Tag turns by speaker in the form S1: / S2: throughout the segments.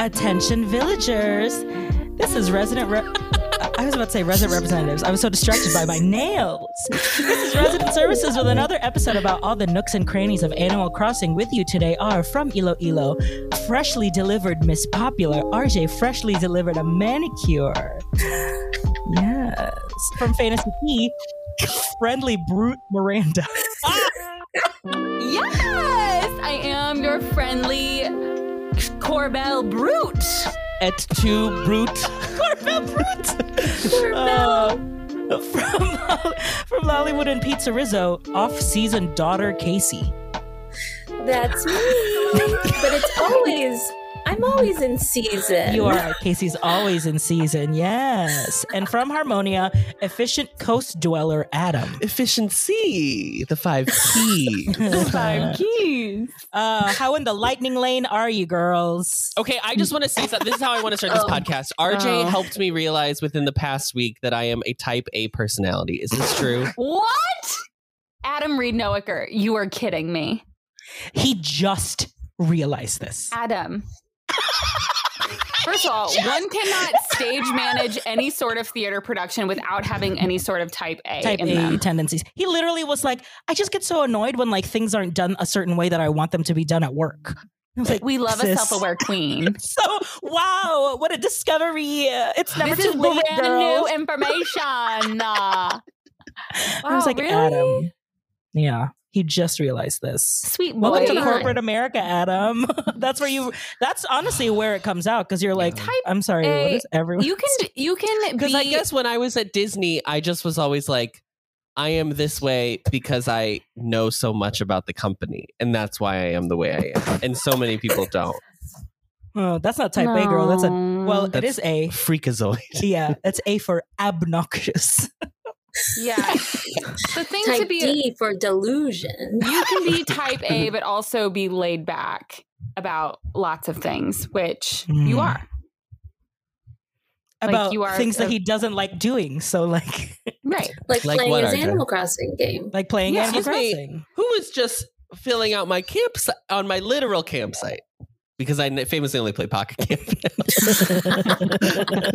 S1: Attention villagers. This is resident rep. I was about to say resident representatives. I was so distracted by my nails. This is Resident Services with another episode about all the nooks and crannies of Animal Crossing. With you today are from Iloilo, freshly delivered Miss Popular, RJ freshly delivered a manicure. Yes. From Fantasy Key, friendly brute Miranda.
S2: Yes, I am your friendly Corbel Brute.
S1: Et tu brute. Uh, from from Lollywood and Pizza Rizzo, off-season daughter Casey.
S3: That's me. but it's always, I'm always in season.
S1: You are Casey's always in season, yes. And from Harmonia, efficient coast dweller Adam.
S4: Efficiency, the five P.
S1: uh,
S2: keys.
S1: how in the lightning lane are you, girls?
S4: okay, I just want to say something. This is how I want to start this
S3: Oh.
S4: podcast. RJ
S2: Oh.
S4: helped me realize within the past week that I am a type A personality. Is this true?
S2: What? Adam Reed Noaker, you are kidding me.
S1: He just realized this.
S2: Adam. First of all, one cannot stage manage any sort of theater production without having any sort of type A
S1: Type
S2: in
S1: A
S2: them.
S1: tendencies. He literally was like, I just get so annoyed when like things aren't done a certain way that I want them to be done at work. I was like,
S2: We love a
S1: sis.
S2: self-aware queen.
S1: So wow, what a discovery! Uh, It's never
S2: this
S1: too
S2: is brand
S1: late, girls.
S2: new information.
S1: I
S2: Uh,
S1: was
S2: wow,
S1: like,
S2: really?
S1: Adam. Yeah, he just realized this.
S2: Sweet boy.
S1: Welcome to
S3: Boy.
S1: corporate America, Adam. that's where you. That's honestly where it comes out because you're like,
S4: Yeah.
S2: Type
S1: I'm sorry, what
S2: A-
S1: is everyone?
S2: You can you can
S4: Because
S2: be
S4: I guess when I was at Disney, I just was always like, I am this way because I know so much about the company, and that's why I am the way I am. And so many people don't.
S1: Oh, that's not type A, girl. That's a well, it
S4: That's-
S1: is A.
S4: Freakazoid.
S1: Yeah, it's A for obnoxious.
S2: yeah. The thing to
S3: Type
S2: be
S3: D for delusion.
S2: you can be type A but also be laid back about lots of things, which you
S1: Mm.
S2: are. Like,
S1: About
S2: you are
S1: things that
S2: a-
S1: he doesn't like doing. So like,
S2: Right.
S3: Like,
S4: Like
S3: playing
S4: what,
S3: his
S4: Arjun?
S3: Animal Crossing game.
S1: like playing
S2: Yeah,
S1: Animal
S4: excuse me.
S1: Crossing.
S4: who was just filling out my campsite on my literal campsite because I n- famously only play Pocket Camp.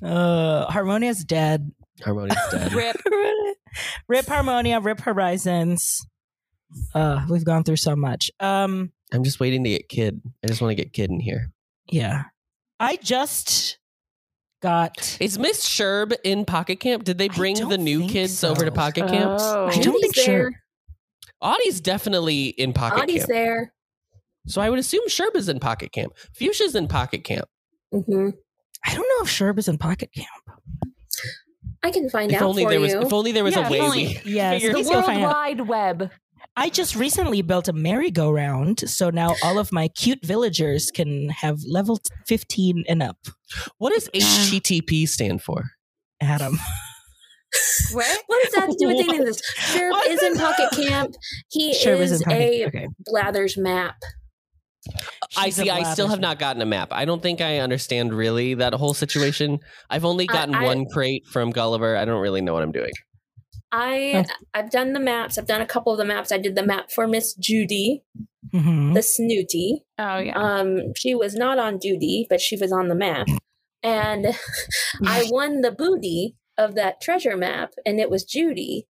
S1: Uh, Harmonia's dead.
S4: Harmonious dead.
S2: Rip.
S1: rip Harmonia, rip Horizons. Uh, we've gone through so much. Um,
S4: I'm just waiting to get Kid. I just want to get Kid in here.
S1: yeah, I just got.
S4: Is Miss Sherb in Pocket Camp? Did they
S1: I
S4: bring
S1: don't
S4: the new
S1: think
S4: kids
S1: so.
S4: over to Pocket Camps?
S2: Oh.
S1: I don't think
S3: Audie's
S1: sure.
S3: there.
S4: Audie's definitely in Pocket
S3: Audie's
S4: Camp.
S3: there.
S4: So I would assume Sherb is in Pocket Camp. Fuchsia's in Pocket Camp.
S3: hmm
S1: I don't know if Sherb is in Pocket Camp.
S3: I can find
S4: If
S3: out
S4: only
S3: for
S4: there was
S3: you.
S4: if only there was
S2: Yeah,
S4: a
S2: if
S4: way
S2: only-
S4: we
S1: Yes,
S4: Figure-
S2: The
S1: please go
S2: World
S1: find out.
S2: Wide Web.
S1: I just recently built a merry-go-round, so now all of my cute villagers can have level fifteen and up.
S4: What does HTTP stand for?
S1: Adam,
S2: What?
S3: what does that have to do with any of this? Sherb
S1: What
S3: is in
S1: the-
S3: Pocket Camp. He
S1: Sherb
S3: is,
S1: is in Pocket.
S3: a
S1: okay,
S3: Blathers map.
S4: I
S1: She's a
S4: see. I still
S1: blabber.
S4: have not gotten a map. I don't think I understand really that whole situation. I've only
S3: I-
S4: gotten
S3: I-
S4: one crate from Gulliver. I don't really know what I'm doing.
S3: I
S1: Oh.
S3: I've done the maps. I've done a couple of the maps. I did the map for Miss Judy,
S1: Mhm.
S3: the snooty.
S2: Oh yeah.
S3: Um, she was not on duty, but she was on the map, and I won the booty of that treasure map, and it was Judy.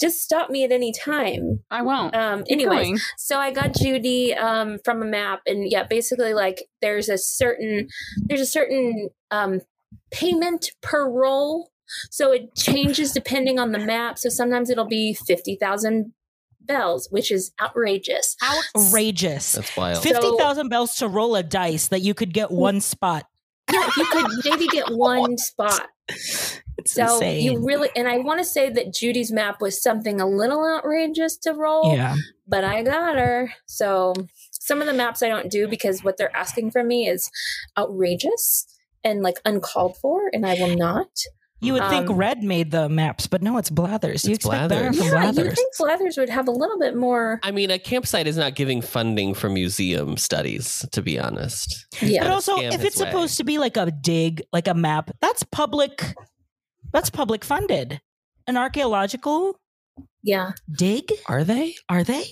S3: Just stop me at any time.
S2: I won't.
S3: Um,
S2: Keep
S3: anyways,
S2: going.
S3: so I got Judy um, from a map, and yeah, basically like there's a certain there's a certain um, payment per roll, so it changes depending on the map. So sometimes it'll be fifty thousand bells, which is outrageous.
S1: outrageous.
S4: That's wild.
S3: Fif-
S1: Fifty thousand bells to roll a dice that you could get one spot.
S3: Yeah, you could maybe get one spot.
S1: It's
S3: So
S1: insane.
S3: you really and I want to say that Judy's map was something a little outrageous to roll,
S1: yeah.
S3: but I got her. So some of the maps I don't do because what they're asking from me is outrageous and like uncalled for, and I will not.
S1: You would think
S3: Um,
S1: Red made the maps, but no, it's Blathers. You
S4: It's
S1: expect better
S4: Blathers.
S1: from
S3: Yeah, you
S1: Blathers.
S3: think Blathers would have a little bit more.
S4: I mean, a campsite is not giving funding for museum studies, to be honest.
S1: But
S3: Yeah,
S4: gotta
S1: also,
S4: scam
S1: if
S4: his
S1: it's
S4: way.
S1: supposed to be like a dig, like a map, that's public. That's public funded. An archaeological
S3: yeah.
S1: dig?
S4: Are they?
S1: Are they?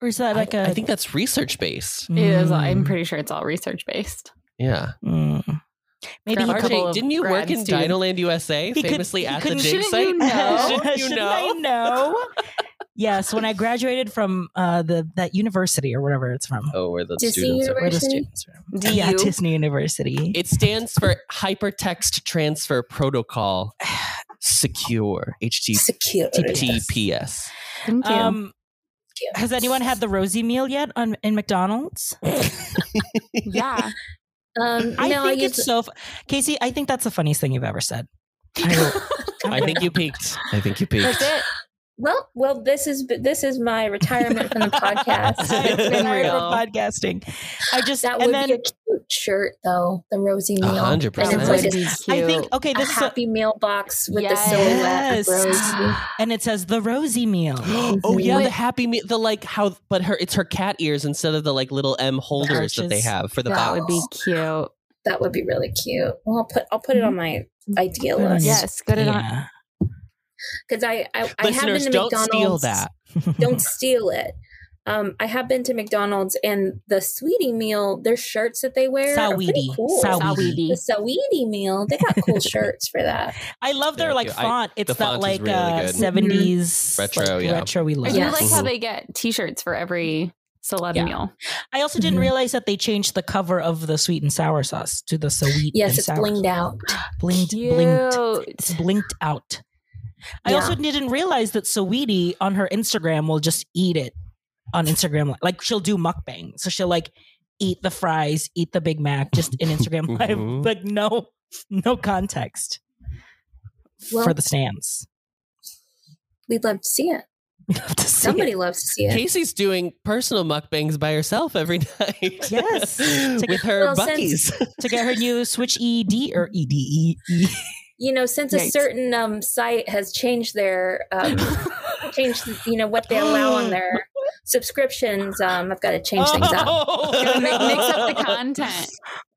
S1: Or is that like a?
S4: I, I think that's research based.
S2: It is.
S1: Mm.
S2: I'm pretty sure it's all research based.
S4: Yeah.
S1: Mm. Maybe
S2: Grab
S1: he
S2: a
S1: could
S2: couple
S4: RJ,
S2: of
S4: didn't you work
S2: grads,
S4: in
S2: dude.
S4: Dinoland USA
S1: He could-
S4: famously
S1: he
S4: at the
S1: couldn't-
S4: dig
S2: shouldn't you
S4: site?
S2: know?
S4: Shouldn't you
S1: I
S4: know?
S1: know? yes, when I graduated from uh, the that university or whatever it's from,
S4: Oh, where the
S3: Disney
S4: students are.
S1: where the
S3: University?
S1: students are.
S2: Do
S1: yeah,
S2: you?
S1: Disney University.
S4: It stands for Hypertext Transfer Protocol Secure HTTPS.
S3: Secure.
S2: Thank you.
S1: um, has anyone had the Rosie meal yet on in McDonald's?
S2: yeah.
S3: Um,
S1: I
S3: no, I
S1: think
S3: used
S1: it's so. F- Casey, I think that's the funniest thing you've ever said. I,
S4: I think you peaked. I think you
S2: That's
S4: peaked.
S2: it.
S3: well, well. This is this is my retirement from the podcast.
S1: I
S4: It's been
S1: retired
S2: real.
S1: from podcasting. I just
S3: That
S1: and
S3: would
S1: then
S3: be a cute shirt, though. The rosy meal.
S4: A hundred
S3: And
S4: percent.
S3: it's like
S2: Would
S3: a,
S2: be
S1: I
S2: cute.
S1: think oh, okay,
S3: a
S1: this is a,
S3: happy meal box with
S2: Yes.
S3: the silhouette of rosy.
S1: and it says the Rosie meal.
S4: oh yeah, the happy meal. The like how, but her it's her cat ears instead of the like little M holders that they
S1: arches.
S4: have for the
S2: that
S4: box.
S2: would be cute.
S3: That would be really cute. Well, I'll put I'll put it on my
S1: Mm-hmm. Put
S3: idea
S1: it on
S3: list.
S1: your-
S2: Yes, good enough.
S1: Yeah.
S3: because I I, I have been
S4: Listeners,
S3: to
S4: don't
S3: McDonald's.
S4: steal that.
S3: Don't steal it. Um, I have been to McDonald's and the sweetie meal. Their shirts that they wear are pretty
S1: Saweetie.
S3: cool.
S1: Saweetie.
S3: The saweetie meal. They got cool shirts for that.
S1: I love their
S4: Yeah,
S1: like
S4: yeah, I-
S1: font. It's
S4: the
S1: that
S4: font is
S1: like
S4: really
S1: uh,
S4: good. Mm-hmm.
S1: 70s
S4: Retro,
S1: like,
S4: yeah.
S1: retro-y
S2: I
S1: look.
S2: do
S3: Yes.
S2: like how
S4: Mhm.
S2: they get T-shirts for every celeb
S1: Yeah.
S2: meal.
S1: I also didn't
S4: Mm-hmm.
S3: Mhm.
S1: realize that they changed the cover of the sweet and sour sauce to the sweet
S3: Yes,
S1: and
S3: it's
S1: sour.
S3: blinged out.
S1: Blinked,
S2: Cute.
S1: blinked. It's blinked out. I
S3: Yeah.
S1: also didn't realize that Saweetie on her Instagram will just eat it on Instagram. li- Like she'll do mukbang. So she'll like eat the fries, eat the Big Mac, just in Instagram live.
S4: Mhm.
S1: Like no, no context for
S3: Well-
S1: the stands.
S3: We'd love to see it.
S1: You have to see it.
S3: Somebody loves to see it.
S4: Casey's doing personal mukbangs by herself every night.
S1: Yes. To get-
S4: with her
S3: Well,
S4: buckies.
S3: since-
S1: to get her new Switch ED or E EDE.
S3: You know, since a
S2: Yikes.
S3: certain um, site has changed their um, changed, you know, what they allow on their subscriptions, um, I've got to change things up.
S4: Oh!
S2: Gotta mi- mix up the content.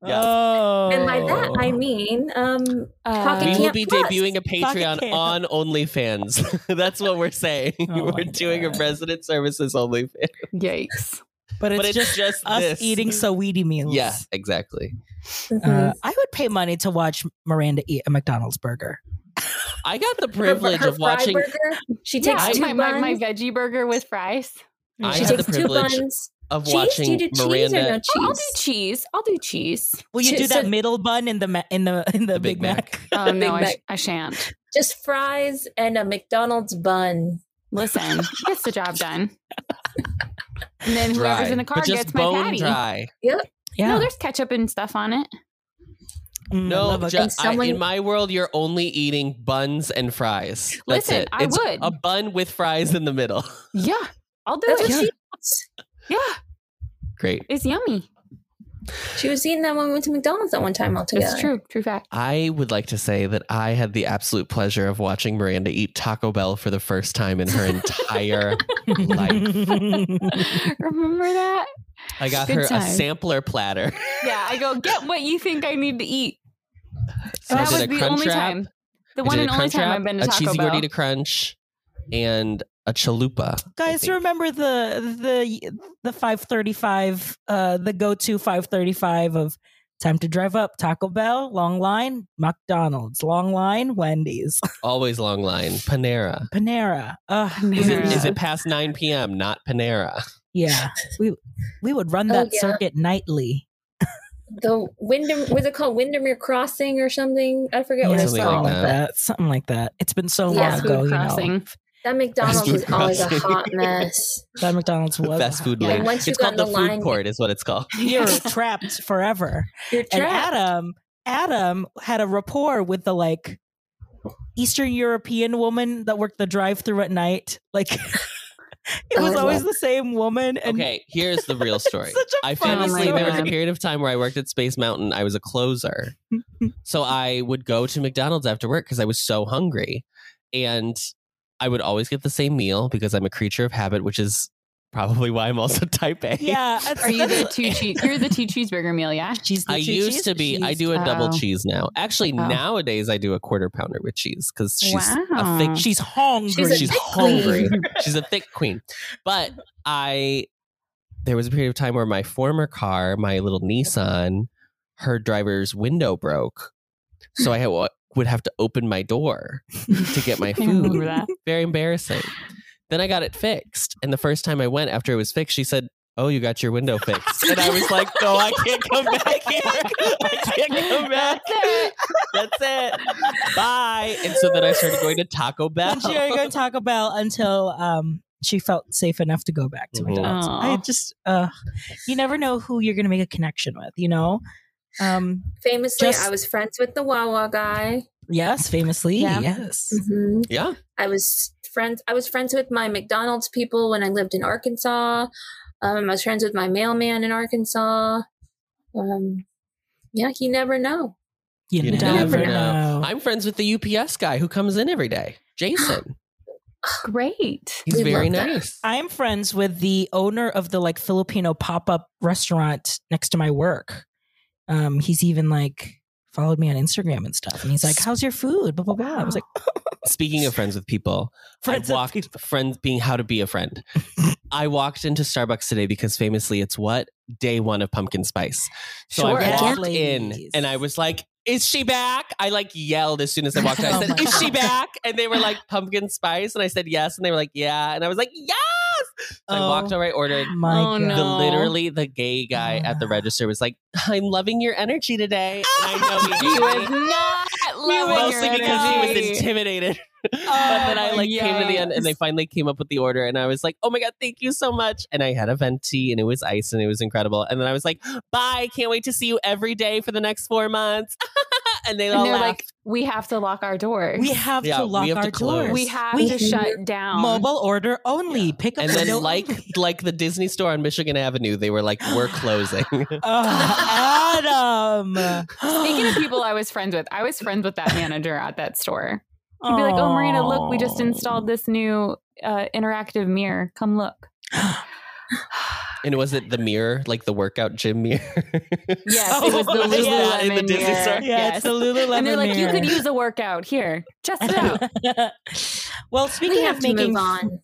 S4: Yes.
S1: Oh.
S3: And by that I mean um,
S2: Uh,
S3: Pocket
S4: we
S3: Camp
S4: will be
S3: Plus.
S4: debuting a Patreon
S1: Camp.
S4: on OnlyFans. That's what we're saying.
S1: Oh my
S4: we're doing
S1: God.
S4: a resident services OnlyFans,
S2: Yikes.
S1: but it's
S4: but it's
S1: just
S4: just, just
S1: us
S4: this.
S1: eating Saweetie meals.
S4: Yeah, exactly.
S3: Mhm.
S1: Uh, I would pay money to watch Miranda eat a McDonald's burger.
S4: I got the
S3: Her-
S4: privilege
S3: her
S4: of
S3: fry
S4: watching.
S3: burger, she
S2: Yeah,
S3: takes two
S2: my, my, my
S3: buns.
S2: veggie burger with fries.
S4: I
S3: she
S4: had the
S3: takes two
S4: privilege
S3: buns.
S4: of
S3: Cheese? Do
S4: watching
S3: you do cheese or no
S4: Miranda.
S2: Oh, I'll do
S3: cheese?
S2: cheese. I'll do cheese.
S1: Will you
S3: Ch-
S1: do that
S3: so-
S1: middle bun in the ma- in the in the,
S4: The Big
S1: Big Mac?
S2: Oh no, I, sh-
S3: Mac.
S2: I shan't.
S3: Just fries and a McDonald's bun.
S2: Listen, gets the job done. And then whoever's in the car
S4: but just
S2: gets my
S4: bone
S2: patty.
S4: dry.
S2: No, there's ketchup and stuff on it.
S1: Mm, I
S4: No,
S1: love a-
S4: just,
S3: someone-
S4: in my world, you're only eating buns and fries. That's
S2: Listen,
S4: it.
S2: I
S4: It's
S2: would.
S4: a bun with fries in the middle.
S2: Yeah, I'll do it.
S3: That's what
S2: Yeah.
S3: she eats.
S4: Great.
S2: it's yummy.
S3: She was eating that when we went to McDonald's that one time altogether.
S2: It's true. True fact.
S4: I would like to say that I had the absolute pleasure of watching Miranda eat Taco Bell for the first time in her entire.
S2: Remember that?
S4: I got
S2: Good
S4: her
S2: time.
S4: a sampler platter.
S2: Yeah, I go get what you think I need to eat.
S4: So
S2: that
S4: I did
S2: was
S4: a
S2: the
S4: crunch
S2: only
S4: wrap.
S2: time. The
S4: I
S2: one
S4: did
S2: and
S4: a
S2: only
S4: crunch
S2: time
S4: wrap,
S2: I've been
S4: a
S2: to Taco
S4: cheesy
S2: Bell.
S4: gordita crunch and a chalupa. I
S1: Guys,
S4: think.
S1: remember the the the 535 uh the go-to 535 of time to drive up Taco Bell, long line, McDonald's, long line, Wendy's,
S4: always long line. Panera.
S1: Panera. Uh
S4: Is it,
S2: Panera.
S4: is it past 9 p.m.? Not Panera.
S1: yeah. We we would run
S3: Oh,
S1: that
S3: yeah.
S1: circuit nightly.
S3: The Windham was it called Windermere Crossing or something? I forget what
S1: Yeah,
S3: it's
S4: Something
S3: called.
S1: something like
S4: that.
S1: that. Something like that. It's been so long
S3: Yeah.
S2: Fast food
S1: ago, you know.
S2: crossing.
S3: That McDonald's
S4: Fast
S3: was
S4: food
S3: always a
S4: crossing.
S3: hot mess.
S1: That McDonald's was
S4: Fast food
S2: Yeah.
S4: lane.
S3: And once you
S4: It's
S3: got
S4: called
S3: in
S4: the,
S3: the
S4: food
S3: line-
S4: court, is what it's called.
S1: You're trapped forever.
S3: You're
S1: and
S3: trapped.
S1: Adam Adam had a rapport with the like Eastern European woman that worked the drive-through at night. Like it was
S3: Oh,
S1: always
S3: wow.
S1: the same woman. And
S4: okay, here's the real story.
S1: Such a
S4: I
S1: funny
S4: famously
S2: story.
S4: there was a
S2: God.
S4: period of time where I worked at Space Mountain. I was a closer, so I would go to McDonald's after work because I was so hungry, and I would always get the same meal because I'm a creature of habit, which is probably why I'm also type A.
S1: yeah. that's-
S2: Are you the
S1: that's-
S2: two cheese? You're the two cheeseburger meal, yeah.
S1: She's the
S4: I
S1: two
S4: used
S1: cheese-
S4: to be. I
S1: she's-
S4: do a double
S2: Oh.
S4: cheese now. Actually,
S2: Oh.
S4: nowadays I do a quarter pounder with cheese because she's a
S2: Wow.
S4: thick
S1: She's hungry.
S3: She's a
S4: she's
S3: thick
S4: hungry.
S3: queen.
S4: She's a thick queen. But I, there was a period of time where my former car, my little Nissan, her driver's window broke. So I had, would have to open my door to get my
S2: I remember
S4: food.
S2: that.
S4: Very embarrassing. Then I got it fixed. And the first time I went after it was fixed, she said, Oh, you got your window fixed. And I was like, No, I can't come back here. I can't come back. That's it. Bye. And so then I started going to Taco Bell.
S1: She didn't go to Taco Bell until um, she felt safe enough to go back to
S4: Mhm.
S1: McDonald's.
S2: Aw.
S1: I just, uh, you never know who you're going to make a connection with, you know? Um,
S3: Famously,
S1: Just-
S3: I was friends with the Wawa guy.
S1: yes, famously.
S2: Yeah.
S1: Yes.
S3: Mhm.
S4: Yeah.
S3: I was friends. I was friends with my McDonald's people when I lived in Arkansas. Um, I was friends with my mailman in Arkansas. Um, yeah, you never know.
S1: You, never, know.
S4: I'm friends with the UPS guy who comes in every day, Jason.
S2: Great.
S4: He's
S3: We
S4: very
S3: love that.
S4: nice.
S1: I'm friends with the owner of the like Filipino pop up restaurant next to my work. Um, he's even like followed me on Instagram and stuff, and he's like, "How's your food?" Blah blah blah. I was like,
S4: Speaking of friends with people,
S1: "Friends of
S4: I walked
S1: people."
S4: friends being how to be a friend. I walked into Starbucks today because famously it's what day one of pumpkin spice. So
S1: Sure.
S4: I
S1: Yeah.
S4: walked in
S1: Ladies.
S4: and I was like, "Is she back?" I like yelled as soon as I walked in. I
S1: Oh
S4: said,
S1: my
S4: "Is she
S1: God.
S4: back?" And they were like, "Pumpkin spice," and I said, "Yes," and they were like, "Yeah," and I was like, "Yes." So I
S1: Oh.
S4: walked over. I ordered.
S1: My
S2: Oh,
S1: God.
S4: The
S2: no.
S4: literally the gay guy at the
S1: Ah.
S4: register was like, "I'm loving your energy today." And I know
S2: He
S4: he
S2: was
S4: hated it,
S2: not loving
S4: mostly
S2: your
S4: because he was
S2: energy.
S4: intimidated. But then I
S2: my
S4: like came to the end and they
S2: yes.
S4: finally came up with the order and I was like, oh my God, thank you so much. And I had a venti and it was ice and it was incredible. And then I was like, bye, can't wait to see you every day for the next four months. and they all
S2: And they're like,
S4: laughed.
S2: we have to lock our doors.
S1: we have
S4: Yeah,
S1: to
S4: we
S1: lock
S4: have to
S1: our
S4: close.
S1: doors.
S2: We have
S1: We
S2: to
S1: can-
S2: shut down.
S1: mobile order only. Pick up
S4: and
S1: the
S4: then
S1: bill
S4: like
S1: only.
S4: like the Disney store on Michigan Avenue, they were like, we're closing.
S1: oh, Adam.
S2: Speaking of people I was friends with, I was friends with that manager at that store. He'd be like, "Oh, Marina, look, we just installed this new uh, interactive mirror. Come look."
S4: and was it the mirror, like the workout gym mirror?
S2: Yes,
S1: Oh,
S2: it was the
S1: is that
S2: Lululemon
S4: in the Disney
S2: mirror.
S4: store?
S1: Yeah,
S2: yes.
S1: it's the Lululemon.
S2: and they're like, "You could
S1: mirror."
S2: use a workout here. Just it out."
S1: well, speaking
S3: we have
S1: of
S3: to
S1: making
S3: move on.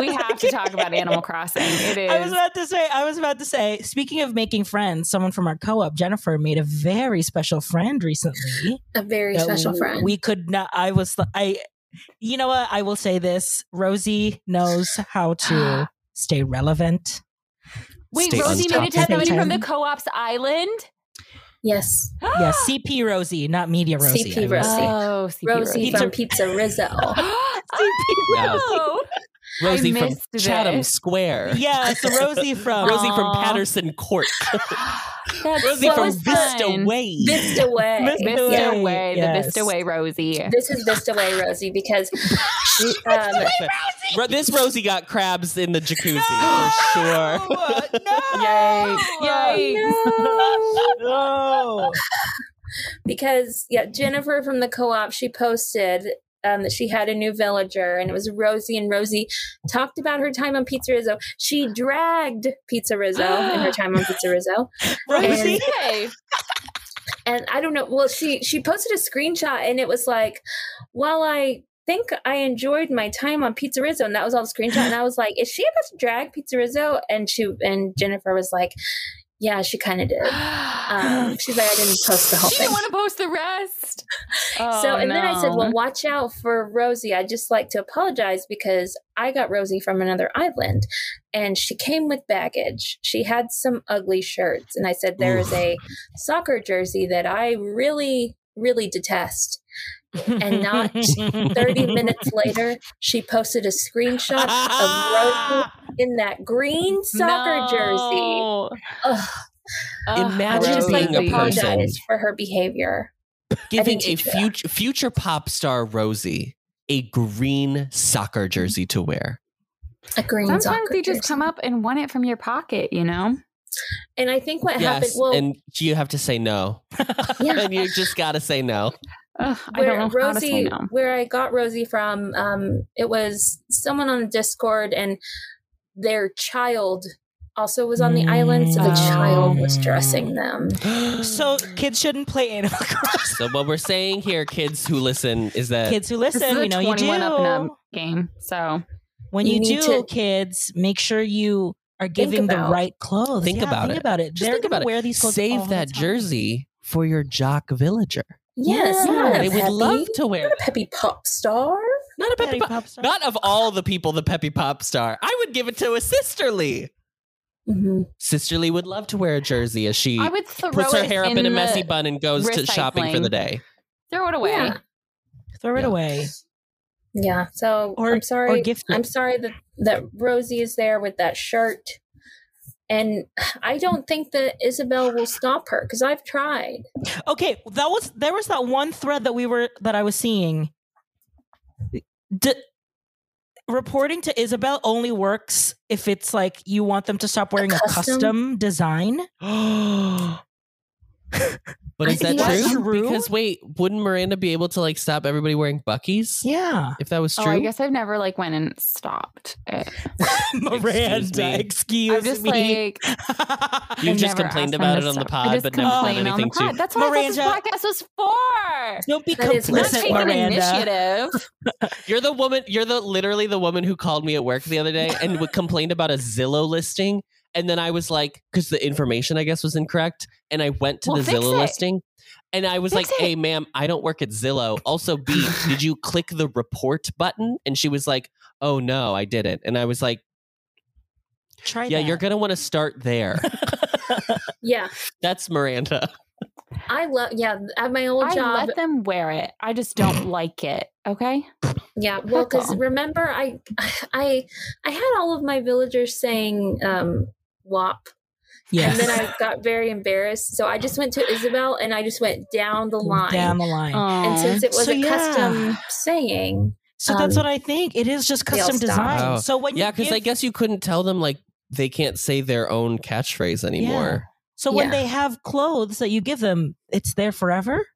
S2: we have to talk about Animal Crossing. It
S1: I was
S2: is.
S1: about to say. I was about to say. Speaking of making friends, someone from our co-op, Jennifer, made a very special friend recently.
S3: A very
S1: that
S3: special
S1: w-
S3: friend.
S1: Oh, We could not. I was. I. You know what? I will say this. Rosie knows how to stay relevant.
S2: Wait,
S4: Stay
S2: Rosie
S4: on
S2: made it to
S4: top.
S2: somebody from the
S1: Stay-
S2: co-op's island.
S3: yes,
S1: Yes, CP Rosie, not Media Rosie.
S3: CP
S1: I will say.
S3: Rosie.
S2: Oh, CP Rosie.
S3: Rosie from Pizza Rizzo.
S2: oh,
S4: Rosie from
S2: missed this.
S4: Chatham Square.
S1: Yes, Rosie from
S4: Rosie from
S2: Aw.
S4: Patterson Court.
S2: that's
S4: Rosie
S2: so
S4: from
S2: fun.
S4: Vista Way.
S3: Vista Way.
S1: Vista
S2: Vista
S1: Way.
S2: Way, the
S1: Yes.
S2: Vista Way Rosie.
S3: This is Vista Way, Rosie, because she, um,
S4: Ro- this Rosie got crabs in the jacuzzi
S2: Oh,
S4: for sure.
S2: Yikes. Yikes.
S1: No.
S3: because yeah, Jennifer from the co-op she posted um, that she had a new villager, and it was Rosie. And Rosie talked about her time on Pizza Rizzo. She dragged Pizza Rizzo in her time on Pizza Rizzo,
S1: Rosie.
S2: Yay.
S3: and I don't know. Well, she she posted a screenshot, and it was like, "Well, I." Think I enjoyed my time on Pizza Rizzo, and that was all the screenshot. And I was like, "Is she about to drag Pizza Rizzo?" And she and Jennifer was like, "Yeah, she kind of did." Um, she's like, "I didn't post the whole
S2: she
S3: thing."
S2: didn't want to post the rest.
S3: so
S2: Oh,
S3: and then I said,
S2: no.
S3: "Well, watch out for Rosie. I'd just like to apologize because I got Rosie from another island, and she came with baggage. She had some ugly shirts, and I said there is a soccer jersey that I really, really detest. And not Thirty minutes later, she posted a screenshot of Rosie in that green soccer jersey.
S2: No.
S3: Ugh,
S2: Ugh,
S3: I would
S4: Imagine
S3: just
S2: Rosie.
S3: like
S4: being
S3: to
S4: a person.
S3: apologize for her behavior.
S4: Giving
S3: didn't
S4: a
S3: teach her
S4: future future pop star Rosie a green soccer jersey to wear.
S3: A green
S2: Sometimes
S3: soccer
S2: they just
S3: jersey.
S2: come up and want it from your pocket, you know?
S3: and I think what happened.
S4: yes,
S3: Well,
S4: and you have to say no.
S3: yeah.
S4: and you just gotta say no.
S2: Ugh, I
S3: where
S2: don't know how to say
S3: Rosie,
S2: no.
S3: where I got Rosie from, um, it was someone on Discord, and their child also was on the island, so the child was dressing them.
S1: so kids shouldn't play Animal Crossing.
S4: So what we're saying here, kids who listen, is that
S1: Kids who
S2: This is
S1: listen,
S2: a
S1: we know you do.
S2: up and up game, so
S1: when
S3: You
S1: you,
S3: need
S1: do,
S3: to-
S1: kids, make sure you are giving the
S3: about-
S1: right clothes.
S4: Think
S1: Yeah,
S4: about
S1: think
S4: it.
S1: about it.
S4: Just
S1: They're
S4: think
S1: gonna
S4: about it.
S1: Wear these clothes. all
S4: Save
S1: the
S4: that
S1: time.
S4: jersey for your jock villager.
S3: Yes,
S1: Yeah.
S3: not a
S4: They would
S3: peppy-
S4: love to wear.
S3: not a peppy pop star.
S4: Not a peppy
S1: Petty
S4: pop.
S1: pop star.
S4: Not of all the people, the peppy pop star. I would give it to a sisterly.
S3: Mhm.
S4: Sisterly would love to wear a jersey as she
S2: I would throw
S4: puts her
S2: it
S4: hair up in, a
S2: the-
S4: messy bun and goes to shopping for
S2: recycling.
S4: the day.
S2: Throw it away.
S3: Yeah.
S1: Throw it
S4: Yeah.
S1: away
S3: Yeah. So
S1: Or-
S3: I'm sorry.
S1: or gift it.
S3: I'm sorry that that Rosie is there with that shirt, and I don't think that Isabel will stop her because I've tried.
S1: Okay, that was there was that one thread that we were that I was seeing. D- reporting to Isabel only works if it's like you want them to stop wearing a
S3: custom?
S1: custom, design.
S4: but is
S3: I
S4: that
S3: think that's
S4: true?
S1: true.
S4: Because wait, wouldn't Miranda be able to like stop everybody wearing Buckies
S1: Yeah,
S4: if that was
S2: Oh,
S4: true?
S2: I guess I've never like went and stopped. It.
S4: me.
S1: Miranda, excuse
S2: I'm just
S1: me.
S2: like
S4: You've
S2: I
S4: just
S2: never
S4: complained
S2: asked them
S4: about
S2: to
S4: it on the
S2: stop. I
S4: pod,
S2: just
S4: but never done
S2: complained on the
S4: anything
S2: pod.
S4: to.
S2: That's what I
S1: Miranda-
S2: thought this podcast was for.
S1: Don't be
S3: That is-
S2: Let's
S3: Listen,
S1: complicit,
S2: take an
S1: Miranda.
S2: initiative.
S4: You're the woman. You're the literally the woman who called me at work the other day and would complained about a Zillow listing. And then I was like, because the information I guess was incorrect, and I went to
S2: Well,
S4: the
S2: fix
S4: Zillow
S2: it.
S4: listing, and I was
S2: Fix
S4: like,
S2: it.
S4: "Hey, ma'am, I don't work at Zillow. Also, B, did you click the report button?" And she was like, "Oh no, I didn't." And I was like,
S1: Try
S4: "Yeah, you're gonna want to start there."
S3: Yeah,
S4: That's Miranda.
S3: I love. Yeah, at my old
S2: I
S3: job.
S2: let them wear it. I just don't like it. Okay.
S3: yeah, well,
S2: That's
S3: because
S2: all.
S3: remember, I, I, I had all of my villagers saying um, "wop" And then I got very embarrassed. So I just went to Isabel and I just went down the line.
S1: down the line. Um,
S3: And since it was
S1: So,
S3: a
S1: yeah.
S3: custom saying,
S1: so that's
S3: um,
S1: what I think. It is just
S3: they'll
S1: custom
S3: stop.
S1: design.
S4: Wow.
S1: So when
S4: Oh. Yeah,
S1: you
S4: because
S1: give-
S4: I guess you couldn't tell them like they can't say their own catchphrase anymore.
S1: so when
S3: Yeah.
S1: they have clothes that you give them, it's there forever.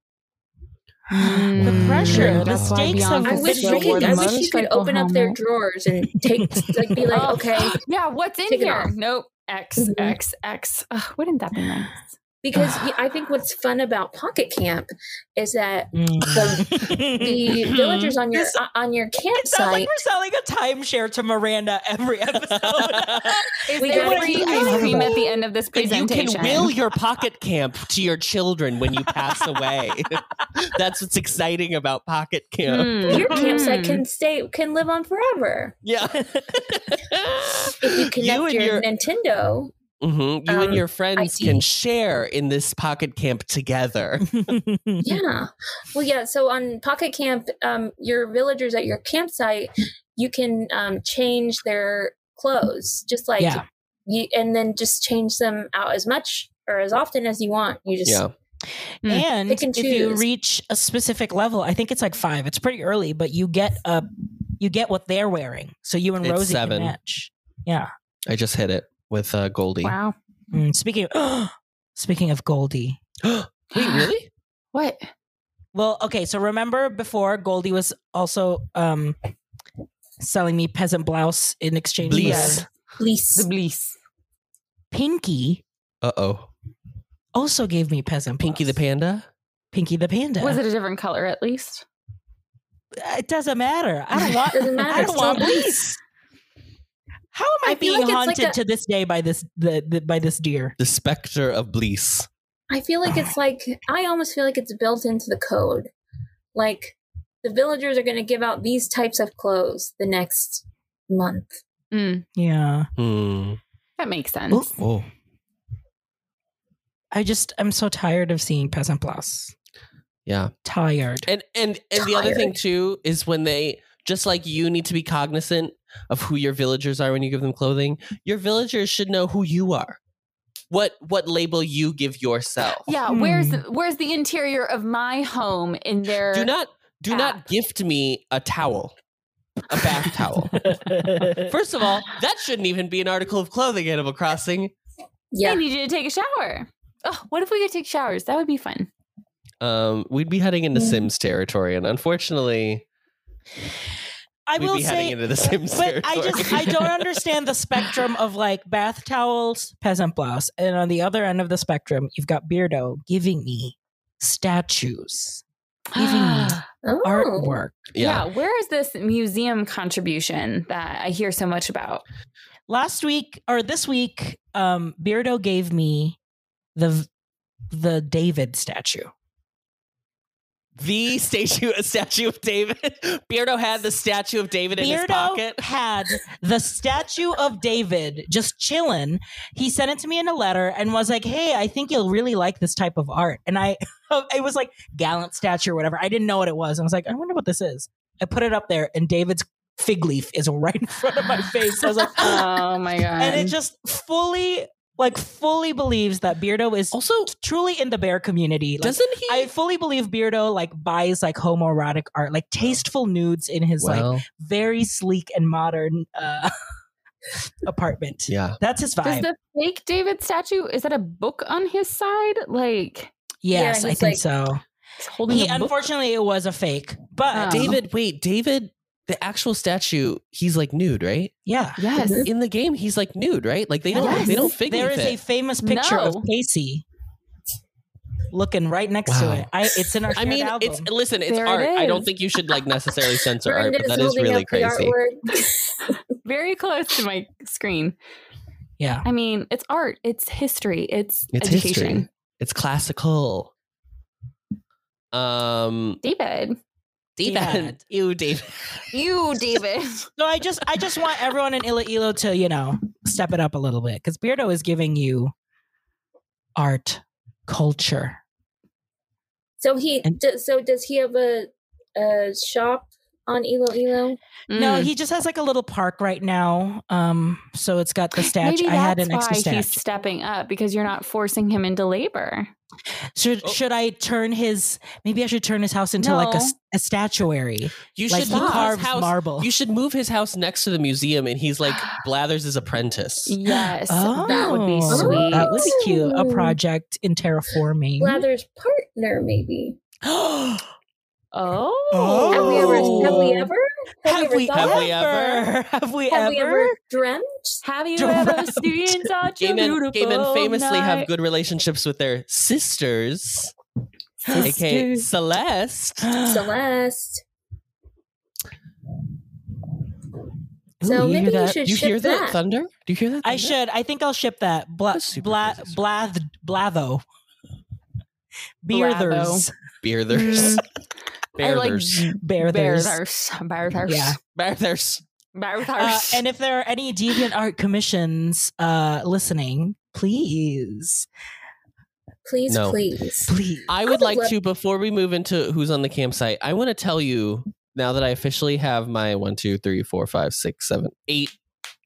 S2: Mm.
S1: The pressure, the
S2: That's why
S1: stakes of
S2: Beyonce
S3: I
S1: Because
S3: wish
S1: they
S3: you
S2: still wore
S3: could,
S2: the
S3: I wish you could
S2: motorcycle
S3: open up their
S2: helmet.
S3: drawers and take, like, be like,
S2: Oh,
S3: okay,
S2: Yeah, what's in
S3: Take it
S2: here?
S3: off.
S2: Nope. X,
S3: Mhm.
S2: X, X. Ugh, wouldn't that be nice?
S3: because y- I think what's fun about Pocket Camp is that the
S1: Mm.
S3: villagers on your
S1: This-
S3: uh, on your
S1: It sounds like
S3: campsite.
S1: we're selling a timeshare to Miranda every episode.
S2: Is
S3: We
S2: there
S3: gotta
S2: free
S3: keep
S2: ice
S1: talking
S2: cream
S1: about
S2: at the end of this
S4: And you
S2: presentation?
S4: can will your pocket camp to your children when you pass away. That's what's exciting about pocket camp.
S2: Mm.
S3: Your campsite
S2: Mm.
S1: Hmm.
S3: can stay can live on forever
S4: Yeah.
S3: if you connect
S4: and
S3: your,
S4: your-
S3: Nintendo.
S4: Mhm. You
S3: Um,
S4: and your friends
S3: see.
S4: can share in this pocket camp together.
S3: yeah well yeah so on pocket camp um your villagers at your campsite you can um change their clothes just like
S1: Yeah.
S3: you and then just change them out as much or as often as you want you just
S4: Yeah. Hmm.
S2: Mm.
S1: and
S3: Pick and
S1: if you
S3: choose.
S1: reach a specific level, I think it's like five. It's pretty early, but you get a you get what they're wearing. So you and
S4: It's
S1: Rosie
S4: seven.
S1: can match. Yeah.
S4: I just hit it with uh, Goldie.
S2: Wow.
S1: Mm, speaking of, speaking of Goldie.
S4: Wait, really?
S2: What?
S1: Well, okay, so remember before Goldie was also um selling me peasant blouse in exchange
S4: Blease.
S1: for
S3: please
S2: bliss.
S1: Pinky
S4: Uh oh.
S1: also gave me peasant
S4: Pinky the
S1: blouse.
S4: Panda?
S1: Pinky the Panda.
S2: Was it a different color at least?
S1: uh, it doesn't matter. I don't want.
S3: doesn't matter
S1: I don't
S3: it's
S1: want
S3: still Blease.
S1: police. How am I,
S3: I
S1: being
S3: feel like it's like
S1: haunted
S3: a-
S1: to this day by this the, the by this deer?
S4: The specter of Blease.
S3: i feel like it's like i almost feel like it's built into the code like the villagers are going to give out these types of clothes the next month
S2: Mm,
S1: Yeah.
S4: Hmm.
S2: that makes sense.
S1: Ooh.
S4: Oh.
S1: I just I'm so tired of seeing peasant blouse.
S4: Yeah.
S1: Tired.
S4: And and and the other thing
S3: Tired.
S4: too is when they just like you need to be cognizant of who your villagers are when you give them clothing, your villagers should know who you are. What what label you give yourself.
S2: Yeah,
S1: Hmm.
S2: where's the, where's the interior of my home in their
S4: Do not do
S2: app.
S4: not gift me a towel. A bath towel. First of all, that shouldn't even be an article of clothing Animal Crossing.
S2: I
S3: yeah
S2: need you to take a shower. Oh, what if we could take showers? That would be fun.
S4: Um, we'd be heading into
S3: Mm.
S4: Sims territory, and unfortunately,
S1: I
S4: we'd
S1: will
S4: be
S1: say
S4: heading into the Sims
S1: but I
S4: territory.
S1: just I don't understand the spectrum of like bath towels, peasant blouse, and on the other end of the spectrum, you've got Beardo giving me statues, giving me
S3: oh.
S1: artwork.
S2: yeah, where is this museum contribution that I hear so much about?
S1: last week or this week, um, Beardo gave me the the David statue.
S4: The statue, a statue of David. Beardo had the statue of David in his
S1: Beardo
S4: pocket.
S1: had the statue of David just chilling. He sent it to me in a letter and was like, "Hey, I think you'll really like this type of art." And I, it was like gallant statue or whatever. I didn't know what it was. I was like, "I wonder what this is." I put it up there, and David's fig leaf is right in front of my face. I was like,
S2: Oh my god!
S1: and it just fully, like, fully believes that Beardo is
S4: Also,
S1: truly in the bear community. Like,
S4: doesn't he?
S1: I fully believe Beardo like buys like homoerotic art, like tasteful nudes in his like
S4: well,
S1: very sleek and modern uh, apartment.
S4: yeah.
S1: That's his
S2: Does
S1: vibe.
S2: the fake David statue is that a book on his side? Like
S1: yes,
S3: Yeah,
S1: I
S3: he's
S1: think
S3: like-
S1: so.
S2: he's holding
S1: He
S2: a book.
S1: unfortunately it was a fake, but
S2: Oh.
S4: David, wait, David, the actual statue, he's like nude, right?
S1: yeah,
S2: Yes.
S4: In the game, he's like nude, right? Like they don't,
S2: Yes.
S4: they don't fig
S1: there
S4: leaf
S1: is a
S4: it.
S1: famous picture of
S2: No.
S1: Casey looking right next
S4: Wow.
S1: to it. I, it's in our.
S4: I
S1: shared
S4: mean,
S1: album.
S4: it's listen, it's
S2: There it
S4: art. I don't
S2: is.
S4: think you should like necessarily censor art,
S3: Brenda
S4: but that is
S3: holding
S4: really
S3: up the
S4: crazy.
S3: artwork.
S2: very close to my screen.
S1: yeah.
S2: I mean, it's art, it's history, it's,
S4: It's
S2: education.
S4: history. It's classical. Um,
S2: David,
S4: David, you David.
S2: you David.
S1: So I just I just want everyone in Iloilo to you know step it up a little bit because Beardo is giving you art culture.
S3: so he
S1: And-
S3: d- so does he have a a shop on Iloilo?
S1: No,
S2: Mm.
S1: he just has like a little park right now. Um, so it's got the statue.
S2: Maybe
S1: I had
S2: that's
S1: an extra
S2: why he's
S1: statue.
S2: stepping up because you're not forcing him into labor.
S1: Should
S4: Oh.
S1: should I turn his? Maybe I should turn his house into like a, s- a statuary.
S4: You
S1: like
S4: should
S1: he
S4: move his
S1: carves
S4: house.
S1: marble.
S4: You should move his house next to the museum, and he's like Blathers' apprentice.
S2: Yes, that would be
S1: Oh,
S2: sweet.
S1: That would be cute. A
S3: Ooh.
S1: project in terraforming.
S3: Blather's partner, maybe.
S2: oh,
S1: Oh.
S3: Have we ever?
S1: Oh.
S3: Have we ever?
S1: have we
S3: thought-
S4: Have we
S1: ever? Have we
S3: Have we
S1: ever?
S3: ever dreamt?
S2: Have you
S1: Don't
S2: ever
S1: rub-
S2: seen such
S4: Gay
S2: a
S4: men,
S2: beautiful
S4: gay men famously have
S2: night?
S4: good relationships with their sisters, aka
S2: Sisters.
S4: Celeste.
S3: Celeste.
S1: Ooh,
S3: So
S1: you hear
S3: maybe you
S1: that?
S3: should
S4: You
S3: ship
S4: hear that,
S3: that.
S4: thunder? Do you hear that?
S1: I
S4: thunder?
S1: should. I think I'll ship that. Bla-
S4: That's super
S1: bla-
S4: racist.
S1: blath blatho. Bearthers.
S4: Bearthers.
S2: Mm. I like
S4: Bearthers.
S1: Bearthers.
S2: Bearthers. Bearthers.
S1: Yeah.
S4: Bearthers.
S2: Bearthers.
S1: Uh, and if there are any deviant art commissions uh, listening, please,
S3: Please,
S4: No.
S3: please.
S1: please.
S4: I
S3: would
S4: would like
S3: love-
S4: to, before we move into who's on the campsite, I want to tell you now that I officially have my one, two, three, four, five, six, seven, eight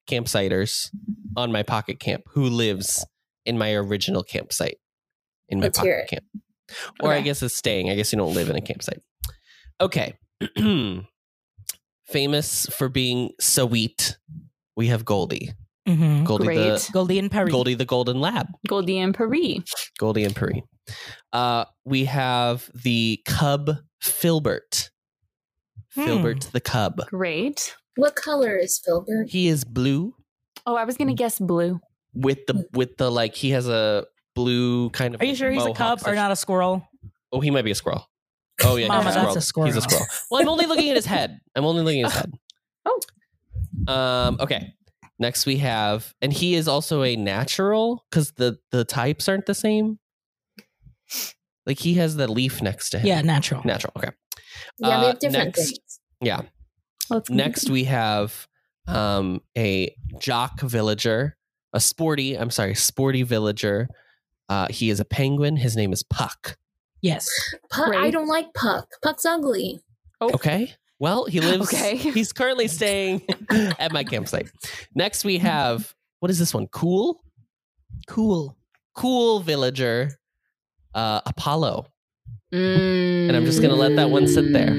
S4: campsiters on my pocket camp who lives in my original campsite in my
S3: Let's hear
S4: pocket
S3: it.
S4: camp. Or I
S2: Okay.
S4: guess it's staying. I guess you don't live in a campsite. Okay. Famous for being sweet, we have Goldie.
S1: Mhm.
S4: Goldie
S2: Great.
S4: the
S1: Goldie and Perry.
S4: Goldie the Golden Lab.
S2: Goldie and Paris.
S4: Goldie and Perry. Uh, we have the cub Filbert.
S1: Hmm.
S4: Filbert the cub.
S2: Great.
S3: What color is Filbert?
S4: He is blue
S2: Oh, I was gonna guess blue.
S4: with the with the like he has a blue kind of.
S1: Are you sure he's a
S4: mohawk
S1: cub or
S4: section.
S1: not a squirrel?
S4: Oh, he might be a squirrel. Oh yeah,
S1: Mama,
S4: he's a squirrel.
S1: that's a
S4: He's a
S1: squirrel.
S4: squirrel. Well, I'm only looking at his head. I'm only looking at his head.
S2: Oh.
S4: Um. Okay. Next we have, and he is also a natural because the the types aren't the same. Like he has the leaf next to him.
S1: Yeah, natural.
S4: Natural. Okay.
S3: Yeah, we
S4: Uh,
S3: have different
S4: next.
S3: things.
S4: Yeah.
S2: Let's
S4: Next, we have um, a jock villager, a sporty, I'm sorry, sporty villager. Uh, he is a penguin. His name is Puck.
S1: Yes.
S3: Puck, I
S2: Right.
S3: don't like Puck. Puck's ugly.
S4: Okay. Well, he lives,
S2: Okay.
S4: he's currently staying at my campsite. Next, we have, what is this one? Cool?
S1: Cool.
S4: Cool villager, uh, Apollo.
S2: and
S4: I'm just gonna let that one sit there.